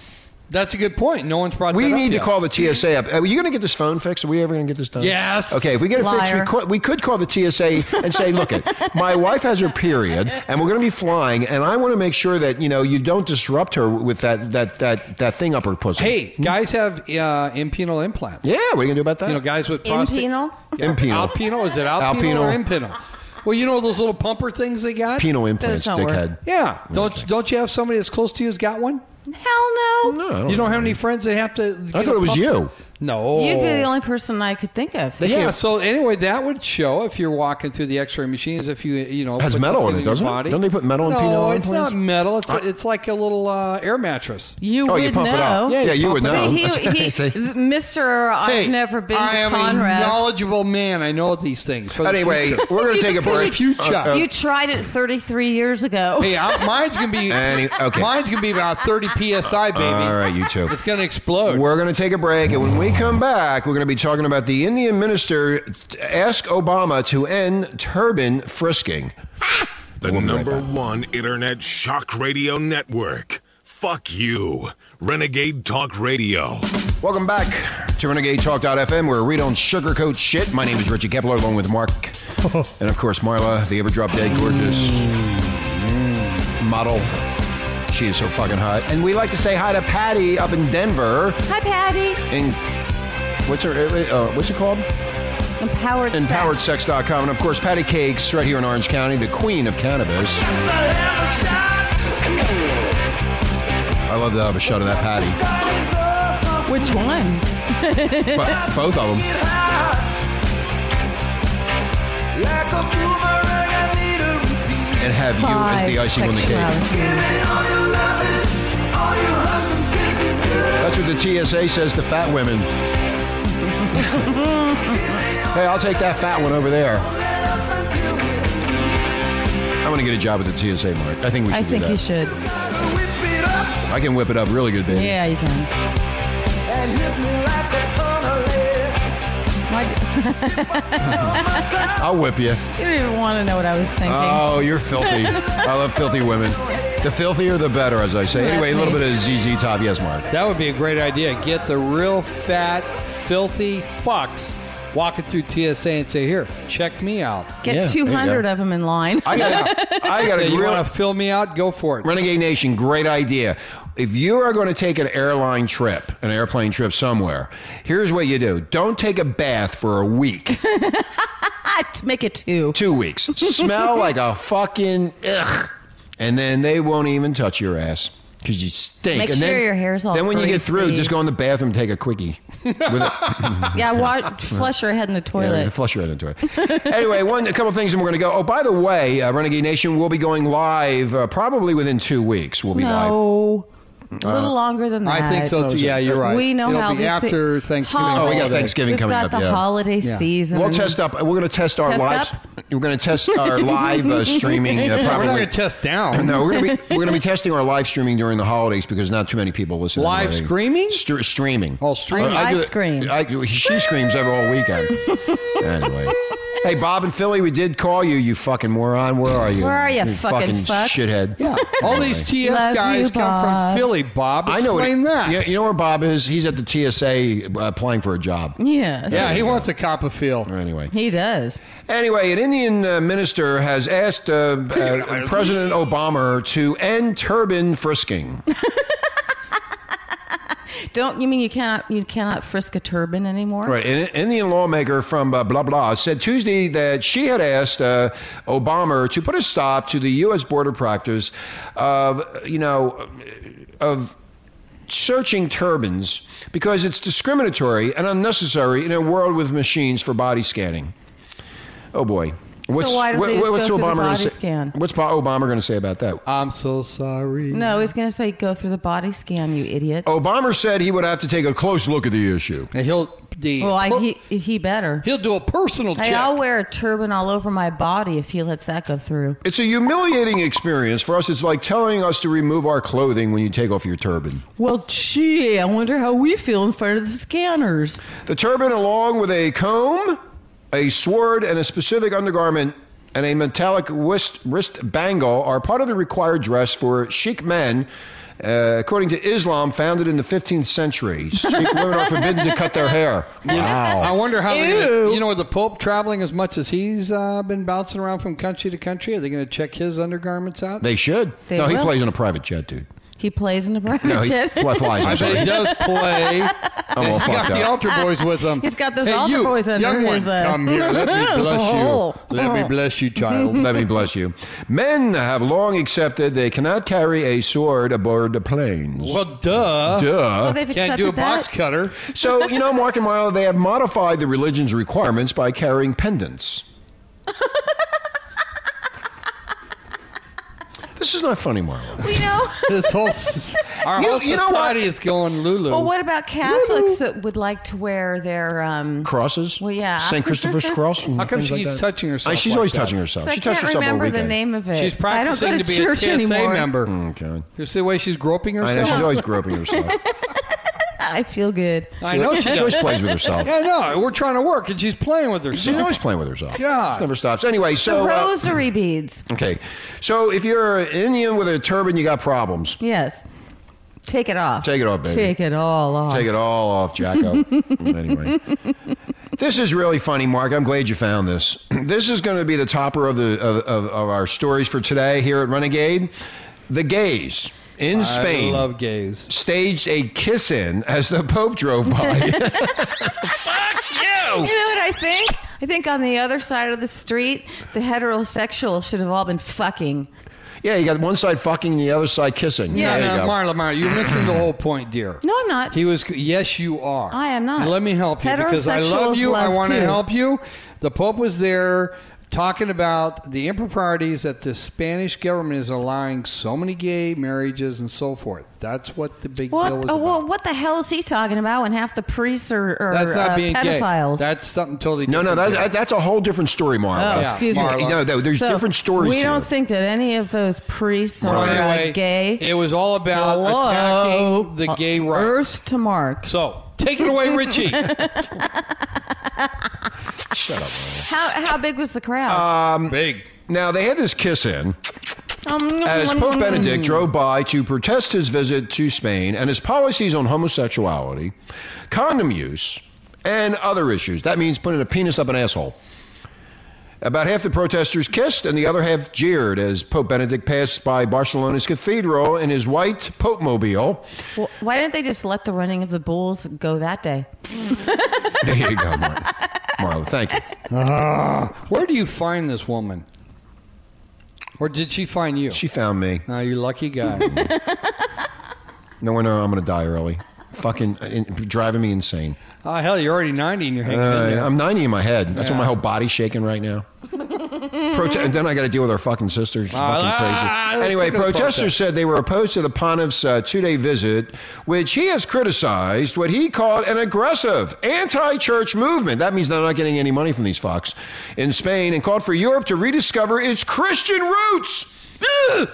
E: That's a good point. No one's brought.
C: We
E: that up
C: need to
E: yet.
C: call the TSA up. Are you going to get this phone fixed? Are we ever going to get this done?
E: Yes.
C: Okay, if we get it fixed, we
D: Liar.
C: could, we could call the TSA and say, look, it, my wife has her period and we're going to be flying and I want to make sure that, you know, you don't disrupt her with that, that, that, that thing up her pussy.
E: Hey, guys have uh, impenal implants.
C: Yeah, what are you going to do about that?
E: You know, guys with prostate.
D: Impenal?
C: Impenal.
E: Alpenal? Is it alpenal, or
C: Alpenal.
E: impenal? Well, you know those little pumper things they got.
C: Penal implants,
D: don't work.
C: dickhead.
E: Yeah. Don't don't you have somebody that's close to you has got one?
D: Hell no.
C: Oh, No, I
E: you don't have any friends that have to.
C: I
E: get
C: thought
E: a
C: it was
E: pump?
C: you.
E: No.
D: You'd be the only person I could think of.
C: Oh. They
E: yeah.
C: can't-
E: So anyway, that would show if you're walking through the X-ray machine, is if you you know
C: Has
E: put
C: metal in
E: something
C: it,
E: your
C: doesn't it?
E: body.
C: Don't they put metal in
E: No,
C: penile
E: it's not
C: implants?
E: metal. It's a, it's like a little uh, air mattress.
D: You
C: Oh,
D: would
C: you pump
D: know.
C: it out.
E: Yeah,
C: Yeah, you would
E: pump it
C: know.
E: out.
D: See,
C: That's what
D: he,
C: they
D: he,
C: say.
D: Mr.
E: Hey,
D: I've never been
E: I
D: to
E: am a
D: Conrad.
E: knowledgeable man. I know these things. For the
C: Anyway,
E: future.
C: we're going to take a
E: For the
C: break. Uh,
E: future.
D: You tried it 33 years ago.
E: hey, I, mine's gonna be
C: Any- okay.
E: mine's gonna be about 30 psi, baby.
C: All right, you two.
E: It's gonna explode.
C: We're going to take a break, and when we come back, we're going to be talking about the Indian minister t- ask Obama to end turban frisking.
B: The
C: We'll be right
B: number
C: back.
B: one internet shock radio network. Fuck you. Renegade Talk Radio.
C: Welcome back to Renegade Talk.fm, where we don't sugarcoat shit. My name is Richie Kepler, along with Mark, and of course Marla, the ever drop dead gorgeous model. She is so fucking hot, and we like to say hi to Patty up in Denver.
D: Hi, Patty.
C: In what's her? Uh, what's it called?
D: Empowered. sex.
C: EmpoweredSex.com, and of course Patty Cakes, right here in Orange County, the queen of cannabis. I love to have a shot of that patty.
D: Which one?
C: But both of them. And have you as the icing on the cake.
D: Bisexuality.
C: That's what the TSA says to fat women. hey, I'll take that fat one over there. I want to get a job at the TSA, Mark. I think we should
D: I
C: do
D: think
C: that.
D: you should.
C: I can whip it up really good, baby.
D: Yeah, you can. Why,
C: I'll whip you.
D: you don't even want to know what I was thinking.
C: Oh, you're filthy. I love filthy women. The filthier, the better, as I say. Anyway, a little bit of ZZ Top. Yes, Mark.
E: That would be a great idea. Get the real fat, filthy fucks walking through TSA and say, "Here, check me out."
D: Get
C: yeah, there you
D: 200
C: go.
D: of them in line.
C: I got a, I got
E: Say,
C: a
E: you
C: real
E: want to fill me out? Go for it.
C: Renegade Nation, great idea. If you are going to take an airline trip, an airplane trip somewhere, here's what you do. Don't take a bath for a week,
D: Make it two.
C: two weeks. Smell like a fucking ugh. And then they won't even touch your ass because you stink.
D: Make
C: and
D: sure
C: then,
D: your hair's all
C: Then when you get through,
D: greasy.
C: just go in the bathroom and take a quickie. With a,
D: Yeah, wa- flush your head in the
C: Yeah,
D: toilet.
C: flush your head into it. anyway, one a couple things, and we're going to go. Oh, by the way, uh, Renegade Nation will be going live uh, probably within two weeks. We'll be live.
D: no. A
C: Uh,
D: little longer than that.
E: I think so too. Yeah, you're right.
D: We know
E: It'll
D: how
E: be
D: these
E: after
D: thi-
E: Thanksgiving.
D: Holiday.
C: Oh, we got
E: holiday.
C: Thanksgiving
D: We've
C: coming
D: got
C: up,
D: The
C: yeah.
D: holiday
E: Yeah.
D: season.
C: We'll test up. We're going to test our
D: Test
C: lives.
D: up?
C: We're going to test our live uh, streaming. Uh,
E: We're
C: probably.
E: not going to test down.
C: No, we're going to be we're going to be testing our live streaming during the holidays because not too many people listen. to
E: Live
C: the holiday-
E: streaming?
C: Stre- streaming.
E: Oh, streaming.
C: do
D: I
C: it-
D: scream.
C: I- she screams every whole weekend. anyway. Hey, Bob and Philly, we did call you. You fucking moron. Where are you?
D: Where are you, fucking
C: fucking
D: fuck?
C: shithead?
E: Yeah, all these TS
D: Love
E: guys
D: you,
E: come from
D: Bob.
E: Philly. Bob,
C: I know.
E: explain that.
C: Yeah, you know where Bob is? He's at the TSA uh, applying for a job.
D: Yeah.
E: Yeah, he wants a cop of feel.
C: Anyway.
D: He does.
C: Anyway, an Indian uh, minister has asked uh, uh, President Obama to end turban frisking.
D: Don't you mean you cannot you cannot frisk a turban anymore?
C: Right. An Indian lawmaker from uh, blah, blah said Tuesday that she had asked uh, Obama to put a stop to the U.S. border practice of, you know, of searching turbans because it's discriminatory and unnecessary in a world with machines for body scanning. Oh, boy. What's,
D: why don't they just
C: what's
D: go through the
C: Obama going
D: body
C: to say?
D: scan?
C: What's Bo- Obama going to say about that?
E: I'm so sorry.
D: No, he's gonna say go through the body scan, you idiot.
C: Obama said he would have to take a close look at the issue.
E: And he'll the
D: well, I, he he better.
E: will do a personal
D: Hey,
E: check.
D: I'll wear a turban all over my body if he lets that go through.
C: It's a humiliating experience for us. It's like telling us to remove our clothing when you take off your turban.
D: Well, gee, I wonder how we feel in front of the scanners.
C: The turban, along with a comb, a sword, and a specific undergarment and a metallic wrist, wrist bangle, are part of the required dress for chic men. Uh, according to Islam, founded in the 15th century, chic women are forbidden to cut their hair.
E: I
C: Wow.
E: wonder how they're gonna,
D: Ew.
E: you know with the Pope traveling as much as he's uh, been bouncing around from country to country. Are they going to check his undergarments out?
C: They should.
D: They
C: no, he
D: will.
C: plays in a private jet, dude.
D: He plays in a private
C: No, he,
D: jet.
C: well, flies.
E: I
C: I'm
E: bet he
C: sorry.
E: does play.
C: I'm all
E: He's got
C: fucked
E: the
C: up.
E: altar boys with him.
D: He's got those
E: hey,
D: altar
E: you,
D: boys under
E: young
D: his,
E: one,
D: uh,
E: come here. Let me bless
D: hole.
E: you. Let me bless you, child.
C: Let me bless you. Men have long accepted they cannot carry a sword aboard the planes.
E: well, duh.
C: Duh.
D: Well, they've
E: Can't do a
D: accepted
E: box
D: that.
E: cutter.
C: So, you know, Mark and Milo, they have modified the religion's requirements by carrying pendants. this is not funny, Marlo.
D: We know.
E: This whole s- our
C: You-
E: whole
C: you know what?
E: society is going Lulu.
D: well, what about Catholics that would like to wear their? Um,
C: Crosses?
D: Well, yeah.
C: St. Christopher's Cross? and
E: How come
C: things
E: she
C: like
E: keeps
C: that?
E: touching herself
C: Uh, she's
E: like
C: always
E: that?
C: touching herself.
D: I
C: she touched
D: can't
C: herself
D: remember
C: all
D: the
C: weekend.
D: name of it.
E: She's
D: I
E: practicing
D: don't
E: to
D: go to,
E: be a
D: church
E: TSA
D: anymore.
E: member.
C: Okay.
E: You see the way she's groping
C: Hmm. I know,
E: herself?
C: she's always groping herself.
D: I feel good.
E: I know she
C: she always
E: does.
C: plays with herself.
E: I know. We're trying to work, and she's playing with
C: She's
E: herself.
C: always playing with herself.
E: God.
C: She never stops. Anyway, so.
D: the
C: uh,
D: rosary beads.
C: okay. So if you're an Indian with a turban, you got problems.
D: Yes. Take it off.
C: Take it off, baby.
D: Take it all off.
C: Take it all off, Jacko. anyway, this is really funny, Mark. I'm glad you found this. This is going to be the topper of the of, of, of our stories for today here at Renegade. The gays in Spain
E: I love gays.
C: staged a kiss in as the Pope drove by.
D: You know what I think? I think on the other side of the street, the heterosexual should have all been fucking.
C: yeah, you got one side fucking, the other side kissing.
D: Yeah.
C: there you
E: Now,
C: go.
E: Marla, Marla, you're missing the whole point, dear.
D: No, I'm not.
E: He was. Yes, you are.
D: I am not.
E: Let me help you because I love
D: Heterosexuals
E: you. I
D: love
E: want to
D: too.
E: help you. The Pope was there talking about the improprieties that the Spanish government is allowing so many gay marriages and so forth. That's what the big
D: What?
E: deal was
D: oh,
E: about.
D: well, what the hell is he talking about when half the priests are, are
E: That's not
D: uh,
E: being
D: pedophiles?
E: gay. That's something totally
C: No,
E: different.
C: no, that,
E: dear.
C: that, that's a whole different story, Mark.
D: Oh,
E: Yeah,
D: excuse me.
E: Marla.
C: No, no, there's
D: So,
C: different stories.
D: We
C: here.
D: don't think that any of those priests are uh, gay.
E: It was all about
D: Hello?
E: attacking the
D: Uh,
E: gay rights.
D: Earth to Mark.
E: So take it away, Richie.
D: How how big was the crowd?
E: Big.
C: Now they had this kiss in.
D: Um,
C: As Uh, Pope Benedict drove by to protest his visit to Spain and his policies on homosexuality, condom use, and other issues. That means putting a penis up an asshole. About half the protesters kissed and the other half jeered as Pope Benedict passed by Barcelona's cathedral in his white Pope mobile.
D: Well, why didn't they just let the running of the bulls go that day?
C: There you go, Marla. Marla, thank you.
E: Where do you find this woman? Or did she find you?
C: She found me.
E: Ah, you lucky guy.
C: No one, no, I'm going to die early. Fucking uh, in- driving me insane.
E: oh, hell, you're already 90 and you're hanging in
C: Uh,
E: there.
C: I'm 90 in my head. That's why
E: Yeah.
C: my whole body's shaking right now. Prote- and then I got to deal with our fucking sister. She's
E: Ah,
C: fucking crazy.
E: ah, let's
C: anyway,
E: look at the
C: protesters
E: protest.
C: said they were opposed to the Pontiff's uh, two day visit, which he has criticized what he called an aggressive anti church movement. That means they're not getting any money from these fucks in Spain and called for Europe to rediscover its Christian roots. Ugh.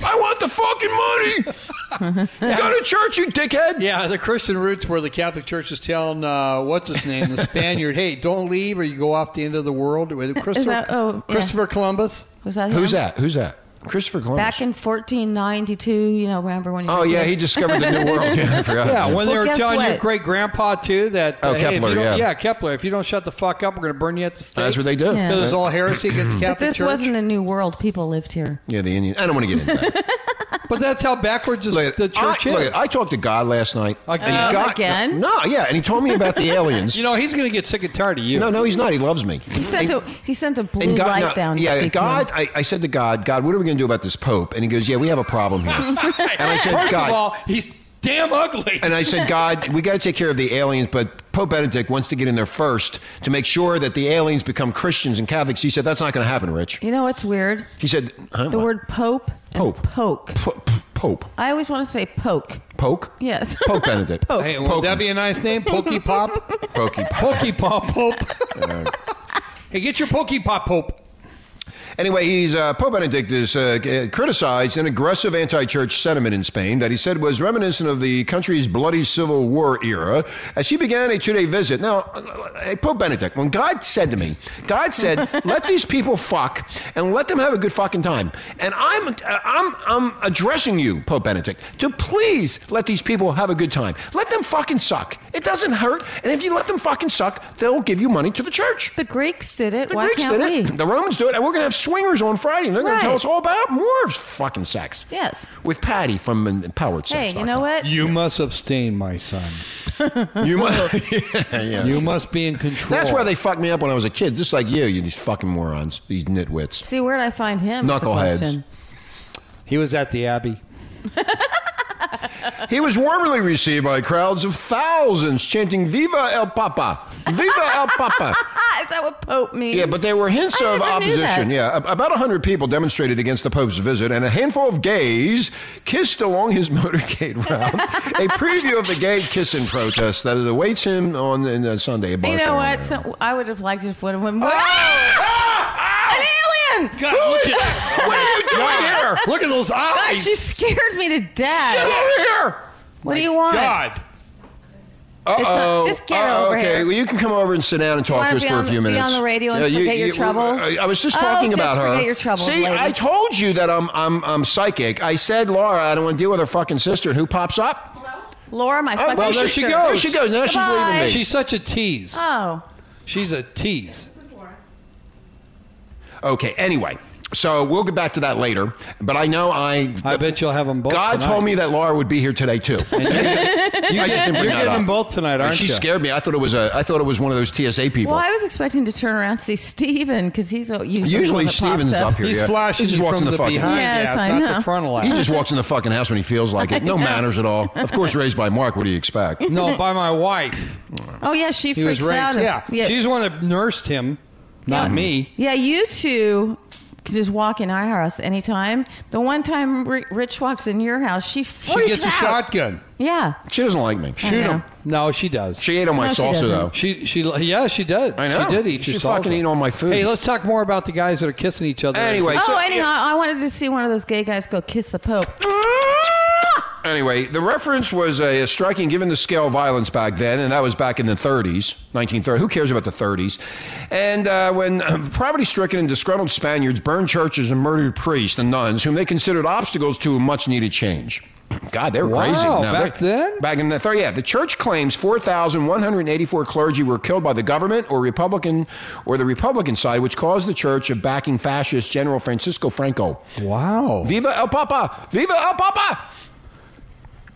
C: I want the fucking money. Go to church, you dickhead.
E: yeah, the Christian roots where the Catholic Church is telling, uh, what's his name, the Spaniard, hey, don't leave or you go off the end of the world. With Christopher,
D: that- oh, yeah.
E: Christopher Columbus.
D: Was that
C: Who's
D: him?
C: that? Who's that? Christopher Columbus.
D: Back in 1492, you know, remember when? You
C: Oh yeah, he discovered the new world. Yeah, I forgot.
E: Yeah, when they
D: Well,
E: were
D: guess
E: telling your
D: what?
E: great grandpa too that
C: Oh,
E: hey, if you
C: Kepler,
E: don't-
C: yeah.
E: Kepler, if you don't shut the fuck up, we're going to burn you at the stake.
C: That's what they Mm-hmm. do.
D: Yeah.
E: It was all heresy against
D: But
E: Catholic
D: this
E: Church.
D: wasn't a new world. People lived here.
C: Yeah, the Indians. I don't want to get into that.
E: But that's how backwards is
C: Look,
E: the church
C: I,
E: is.
C: look, I talked to God last night.
E: Again?
C: And God,
D: Again?
C: No, yeah, and he told me about the aliens.
E: you know, he's going to get sick and tired of you.
C: no, no, he's not. He loves me.
D: He sent a he sent a blue light
C: no,
D: down. to
C: yeah,
D: speak to
C: God.
D: him.
C: I, I said to God, God, what are we going to do about this Pope? And he goes, Yeah, we have a problem here. and I said,
E: First
C: God,
E: of all, he's damn ugly.
C: and I said, God, we got to take care of the aliens, but Pope Benedict wants to get in there first to make sure that the aliens become Christians and Catholics. He said, That's not going to happen, Rich.
D: You know what's weird?
C: He said, huh,
D: The
C: what?
D: word pope and
C: Pope.
D: poke.
C: Po- p- Pope,
D: I always want to say poke.
C: Poke,
D: Yes.
C: Pope Benedict,
D: Pope.
E: Hey, would that be a nice name? Pokey Pop?
C: Pokey Pop.
E: Pokey Pop Pope. hey, get your Pokey Pop Pope.
C: Anyway, he's uh, Pope Benedict is uh, c- criticized an aggressive anti-church sentiment in Spain that he said was reminiscent of the country's bloody civil war era as he began a two-day visit. Now, uh, hey, Pope Benedict, when God said to me, God said, "Let these people fuck and let them have a good fucking time," and I'm uh, I'm I'm addressing you, Pope Benedict, to please let these people have a good time. Let them fucking suck. It doesn't hurt. And if you let them fucking suck, they'll give you money to the church.
D: The Greeks did it.
C: The
D: Why
C: Greeks
D: can't
C: did it.
D: we?
C: The Romans do it. And we're going to have swingers on Friday. And they're going
D: Right.
C: to tell us all about more fucking sex.
D: Yes.
C: With Patty from Empowered
D: Hey,
C: Sex.
D: you know what?
E: You must abstain, my son.
C: You must.
E: You must be in control.
C: That's why they fucked me up when I was a kid, just like you, you these fucking morons, these nitwits.
D: See, where'd I find him? is the
C: Knuckleheads.
D: question.
E: He was at the Abbey.
C: He was warmly received by crowds of thousands chanting "Viva El Papa! Viva El Papa!"
D: Ah, is that what Pope means?
C: Yeah, but there were hints
D: I
C: of
D: never knew
C: opposition.
D: that.
C: Yeah, a- about 100 people demonstrated against the Pope's visit, and a handful of gays kissed along his motorcade route. a preview of the gay kissing protest that awaits him on in, uh, Sunday. at
D: You know
C: Barcelona.
D: what? So, I would have liked it if one of them. An alien!
E: God, look at,
C: What are you doing here?
E: look at those
D: God,
E: eyes.
D: she scared me to death.
E: here.
D: What do you want?
E: God.
C: Uh-oh.
D: It's not- just get
C: Uh-oh,
D: over
C: Oh, uh, okay.
D: here.
C: well, you can come over and sit down and talk
D: wanna
C: to us
D: be
C: for
D: on
C: a
D: the-
C: few
D: be on
C: minutes.
D: the radio and forget your troubles?
C: I, I was just
D: Oh,
C: talking
D: just
C: about her.
D: forget your troubles,
C: See,
D: lady.
C: I told you that I'm I'm I'm psychic. I said, Laura, I don't want to deal with her fucking sister. And who pops up? Oh,
D: Laura, my fucking
E: well, there
D: sister.
E: she
C: There
E: goes.
C: she goes. Now she's
D: Goodbye.
C: leaving me.
E: She's such a tease.
C: Uh.
D: Oh.
E: She's a tease.
C: okay. Anyway. So we'll get back to that later, but I know I.
E: I bet you'll have them both.
C: God
E: tonight.
C: told me that Laura would be here today too.
E: You
C: I just didn't
E: get,
C: bring
E: you're
C: that
E: getting
C: up.
E: them both tonight, aren't
C: she
E: you?
C: scared me. I thought it was a. I thought it was one of those TSA people.
D: Well, I was expecting to turn around and see Steven because he's uh, usually, the one
C: Usually
D: that
C: Steven's
D: pops
C: up here.
E: He's
C: yeah.
E: flashing
C: he just
E: you
C: walks in
E: from
C: the,
E: the,
C: fucking
E: behind
D: Yes,
E: half,
D: I
E: not
D: know.
E: the frontal
C: He
E: half.
C: just walks in the fucking house when he feels like it. No manners at all. Of course, raised by Mark. What do you expect?
E: no, by my wife.
D: Oh yeah, she
E: He
D: freaks
E: was raised.
D: out. if-
E: Yeah. she's the one that nursed him, not me.
D: Yeah, you two can just walk in our house anytime. The one time Ri- Rich walks in your house, she freaks
E: She gets a
D: out.
E: shotgun.
D: Yeah.
C: She doesn't like me.
E: Shoot
D: know.
E: him. No, she does.
C: She ate on my
D: No, she
C: salsa
D: doesn't.
C: though.
E: She she yeah she did.
C: I know.
E: she did eat
C: She
E: your
C: fucking
E: salsa.
C: ate all my food.
E: Hey, let's talk more about the guys that are kissing each other.
C: Anyway,
D: Oh,
C: so-
D: anyhow, I wanted to see one of those gay guys go kiss the Pope.
C: Anyway, the reference was a, striking given the scale of violence back then, and that was back in the 30s, 1930. Who cares about the 30s? And uh, when poverty stricken and disgruntled Spaniards burned churches and murdered priests and nuns, whom they considered obstacles to a much needed change. God, they were
E: Wow,
C: crazy.
E: back
C: they-
E: then?
C: Back in the 30s, yeah. The church claims 4,184 clergy were killed by the government or Republican or the Republican side, which caused the church of backing fascist General Francisco Franco.
E: wow,
C: Viva el Papa! Viva el Papa!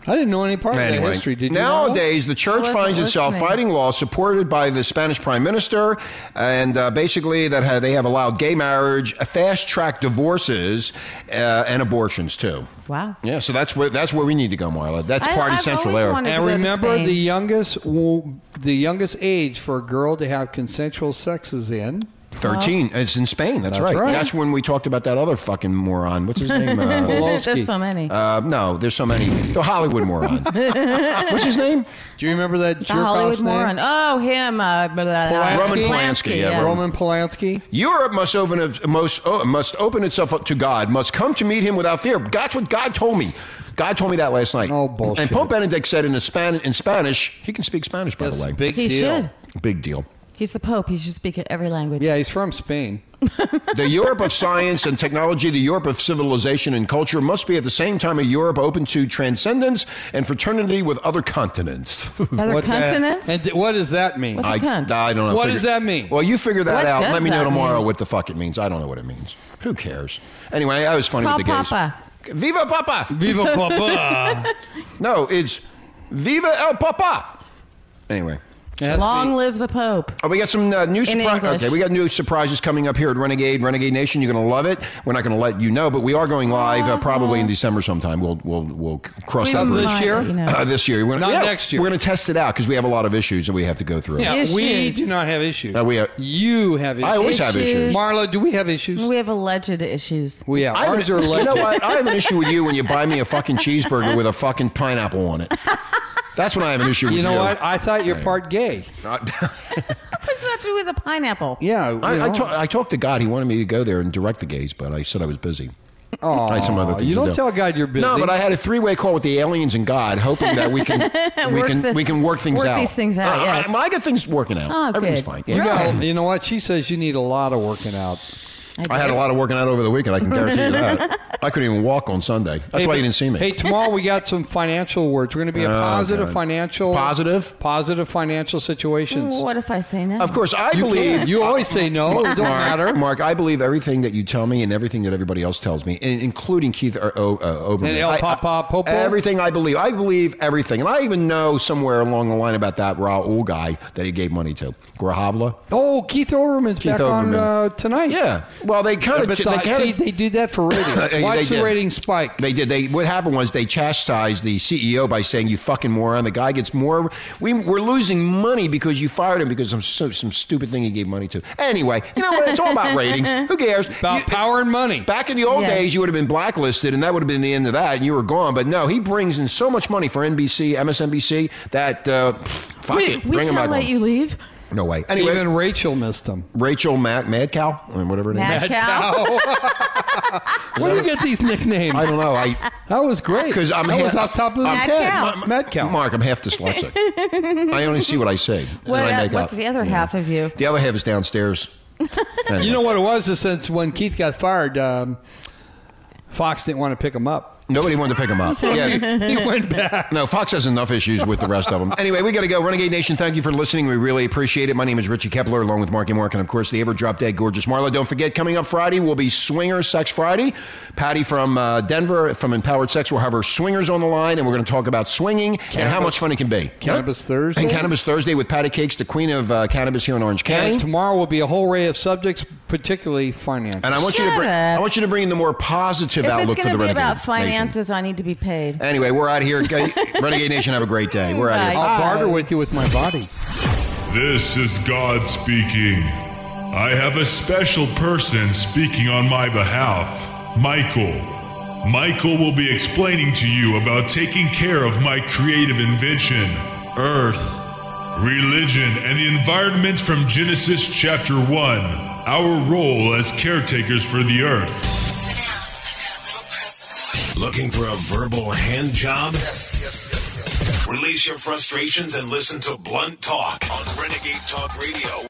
E: I didn't know any part of that
C: Anyway,
E: history. Did you
C: nowadays, the
D: I
C: church
D: wasn't
C: finds itself
D: listening.
C: fighting laws supported by the Spanish prime minister, and uh, basically that ha- they have allowed gay marriage, fast track divorces, uh, and abortions too.
D: Wow.
C: Yeah, so that's where that's where we need to go, Marla. That's
D: I-
C: party
D: I've
C: central
D: always
C: there.
E: know?
D: wanted-
E: And
D: Go to
E: remember
D: Spain.
E: the youngest w- the youngest age for a girl to have consensual sex is in.
C: Thirteen. It's in Spain. That's,
E: That's
C: right.
E: right.
C: That's when we talked about that other fucking moron. What's his name? Uh,
D: There's so many.
C: uh, no, there's so many. The Hollywood moron. What's his name?
E: Do you remember that
D: the
E: jerk
D: Hollywood
E: off name?
D: moron. Oh, him. Uh, blah, blah, blah.
E: Polanski? Roman
C: Polanski, yeah,
D: yes.
E: Roman Polanski.
C: Europe must open a, must, oh, must open itself up to God, must come to meet him without fear. That's what God told me. God told me that last night.
E: Oh, bullshit.
C: And Pope Benedict said in, a Span- in Spanish, he can speak Spanish, by
E: That's
C: the way.
E: a big
D: He
E: deal.
D: should.
C: Big deal.
D: He's the Pope. He should speak every language.
E: Yeah, he's from Spain.
C: The Europe of science and technology, the Europe of civilization and culture must be at the same time a Europe open to transcendence and fraternity with other continents.
D: Other
E: What the-
D: continents?
E: uh, and th- what does that mean?
D: What's
C: I,
D: Cunt.
C: I don't know.
E: What
C: Figure-
E: does that mean?
C: Well, you figure that
D: What
C: out.
D: does
C: Let me know
D: that
C: tomorrow
D: mean?
C: what the fuck it means. I don't know what it means. Who cares? Anyway, I was funny
D: Call
C: with the gays.
D: Papa.
C: Viva Papa!
E: Viva Papa.
C: No, it's Viva El Papa. Anyway.
E: It has to
D: Long
E: be-
D: live the Pope.
C: Oh, we got some uh, new
D: In
C: surprises.
D: English.
C: Okay, we got new surprises coming up here at Renegade, Renegade Nation. You're going to love it. We're not going to let you know, but we are going live uh, probably in December sometime. We'll we'll we'll cross
E: We
C: that
E: will
C: bridge
E: this year?
D: You know.
C: Uh, this year. We're gonna,
E: Not
C: yeah,
E: next year.
C: We're going to test it out because we have a lot of issues that we have to go through.
E: Yeah, we
D: Issues.
E: do not have issues.
C: Uh, we have-
E: you have issues.
C: I always have
D: Issues.
C: issues.
E: Marla, do we have issues?
D: we have alleged issues.
E: We have.
C: I have
E: Ours are
C: an- you know
E: legit.
C: what? I have an issue with you when you buy me a fucking cheeseburger with a fucking pineapple on it. That's when I have an issue with you.
E: You know what? I thought you're part gay.
D: What does that have to do with a pineapple?
E: Yeah.
C: I,
E: you
C: I,
E: know.
C: ta- I talked to God. He wanted me to go there and direct the gays, but I said I was busy. Oh, I had some other
E: Aw,
C: things
E: you
C: to
E: don't
C: do.
E: tell God you're busy.
C: No, but I had a three-way call with the aliens and God, hoping that we can we
D: Work
C: can
D: this-
C: we can work things
D: work
C: out.
D: these things out,
C: Uh,
D: yes.
C: I, I got things working out.
D: Oh,
C: Everything's
D: good.
C: fine.
E: you,
C: Yeah.
E: got, you know what? She says you need a lot of working out.
C: I had a lot of working out over the weekend. I can guarantee you that. I couldn't even walk on Sunday. That's
E: Hey,
C: why
E: but-
C: you didn't see me.
E: Hey, tomorrow we got some financial awards. We're going to be a
C: Oh,
E: positive
C: God.
E: financial,
C: Positive?
E: positive financial situations.
D: What if I say no?
C: of course, I
E: You
C: believe
E: can't. you always say no. Oh, It doesn't matter.
C: Mark, I believe everything that you tell me and everything that everybody else tells me, in- including Keith uh, o, uh, Oberman.
E: And El
C: I- I-
E: Papa Popo?
C: Everything I believe. I believe everything. And I even know somewhere along the line about that Raul guy that he gave money to. Grahavla.
E: Oh, Keith Oberman's
C: Keith
E: back on
C: Olbermann.
E: uh, tonight.
C: Yeah. Well, they kind of.
E: but the- see, they do that for ratings.
C: They-
E: Watch
C: they
E: the
C: did.
E: ratings spike.
C: They did. They what happened was they chastised the CEO by saying, "You fucking moron." The guy gets more. We we're losing money because you fired him because of some some stupid thing he gave money to. Anyway, you know what? It's all about ratings. Who cares?
E: About
C: You-
E: power and money.
C: Back in the old
D: Yes.
C: days, you would have been blacklisted, and that would have been the end of that, and you were gone. But no, he brings in so much money for NBC, MSNBC that uh, fuck
D: we
C: it,
D: we
C: bring him
D: can't
C: back
D: let
C: on.
D: you leave.
C: No way. Anyway,
E: Even Rachel missed him.
C: Rachel Mad, Mad Cow, or whatever her name.
D: Mad
C: is.
D: cow.
E: Where do you get these nicknames?
C: I don't know. I
E: That was great.
C: 'Cause I'm
E: that
C: ha-
E: was off top of
C: I'm-
E: his
D: Mad
E: head.
D: cow.
E: Ma- Mad cow.
C: Mark, I'm half dyslexic. I only see what I see. and
D: What,
C: I
D: uh,
C: make
D: what's
C: up.
D: the other
C: Yeah.
D: half of you?
C: The other half is downstairs. Anyway.
E: You know what it was? Is since when Keith got fired, um, Fox didn't want to pick him up.
C: Nobody wanted to pick him up. Yeah.
E: He went back.
C: No, Fox has enough issues with the rest of them. Anyway, we got to go. Renegade Nation, thank you for listening. We really appreciate it. My name is Richie Kepler, along with Marky Mark, and of course, the ever drop dead gorgeous Marla. Don't forget, coming up Friday will be Swinger Sex Friday. Patty from uh, Denver from Empowered Sex will have her swingers on the line, and we're going to talk about swinging and how
E: Cannabis-
C: much fun it can be.
E: Cannabis
C: Huh?
E: Thursday?
C: And Cannabis Thursday with Patty Cakes, the queen of uh, cannabis here in Orange County.
E: And tomorrow will be a whole array of subjects, particularly finance.
C: And I want you to
D: Shut
C: bring,
D: up.
C: I want you to bring in the more positive
D: If
C: outlook
D: it's
C: for
D: going
C: the
D: to be
C: Renegade
D: about
C: Nation.
D: finances, I need to be paid.
C: Anyway, we're out of here. Renegade Nation, have a great day. We're out of here.
E: I'll barter with you with my body.
F: This is God speaking. I have a special person speaking on my behalf, Michael. Michael will be explaining to you about taking care of my creative invention, Earth, religion, and the environment from Genesis chapter 1, our role as caretakers for the Earth.
A: Sit down. I got a little present for you.
B: Looking for a verbal hand job?
A: Yes, yes, yes, yes, yes.
B: Release your frustrations and listen to Blunt Talk on Renegade Talk Radio.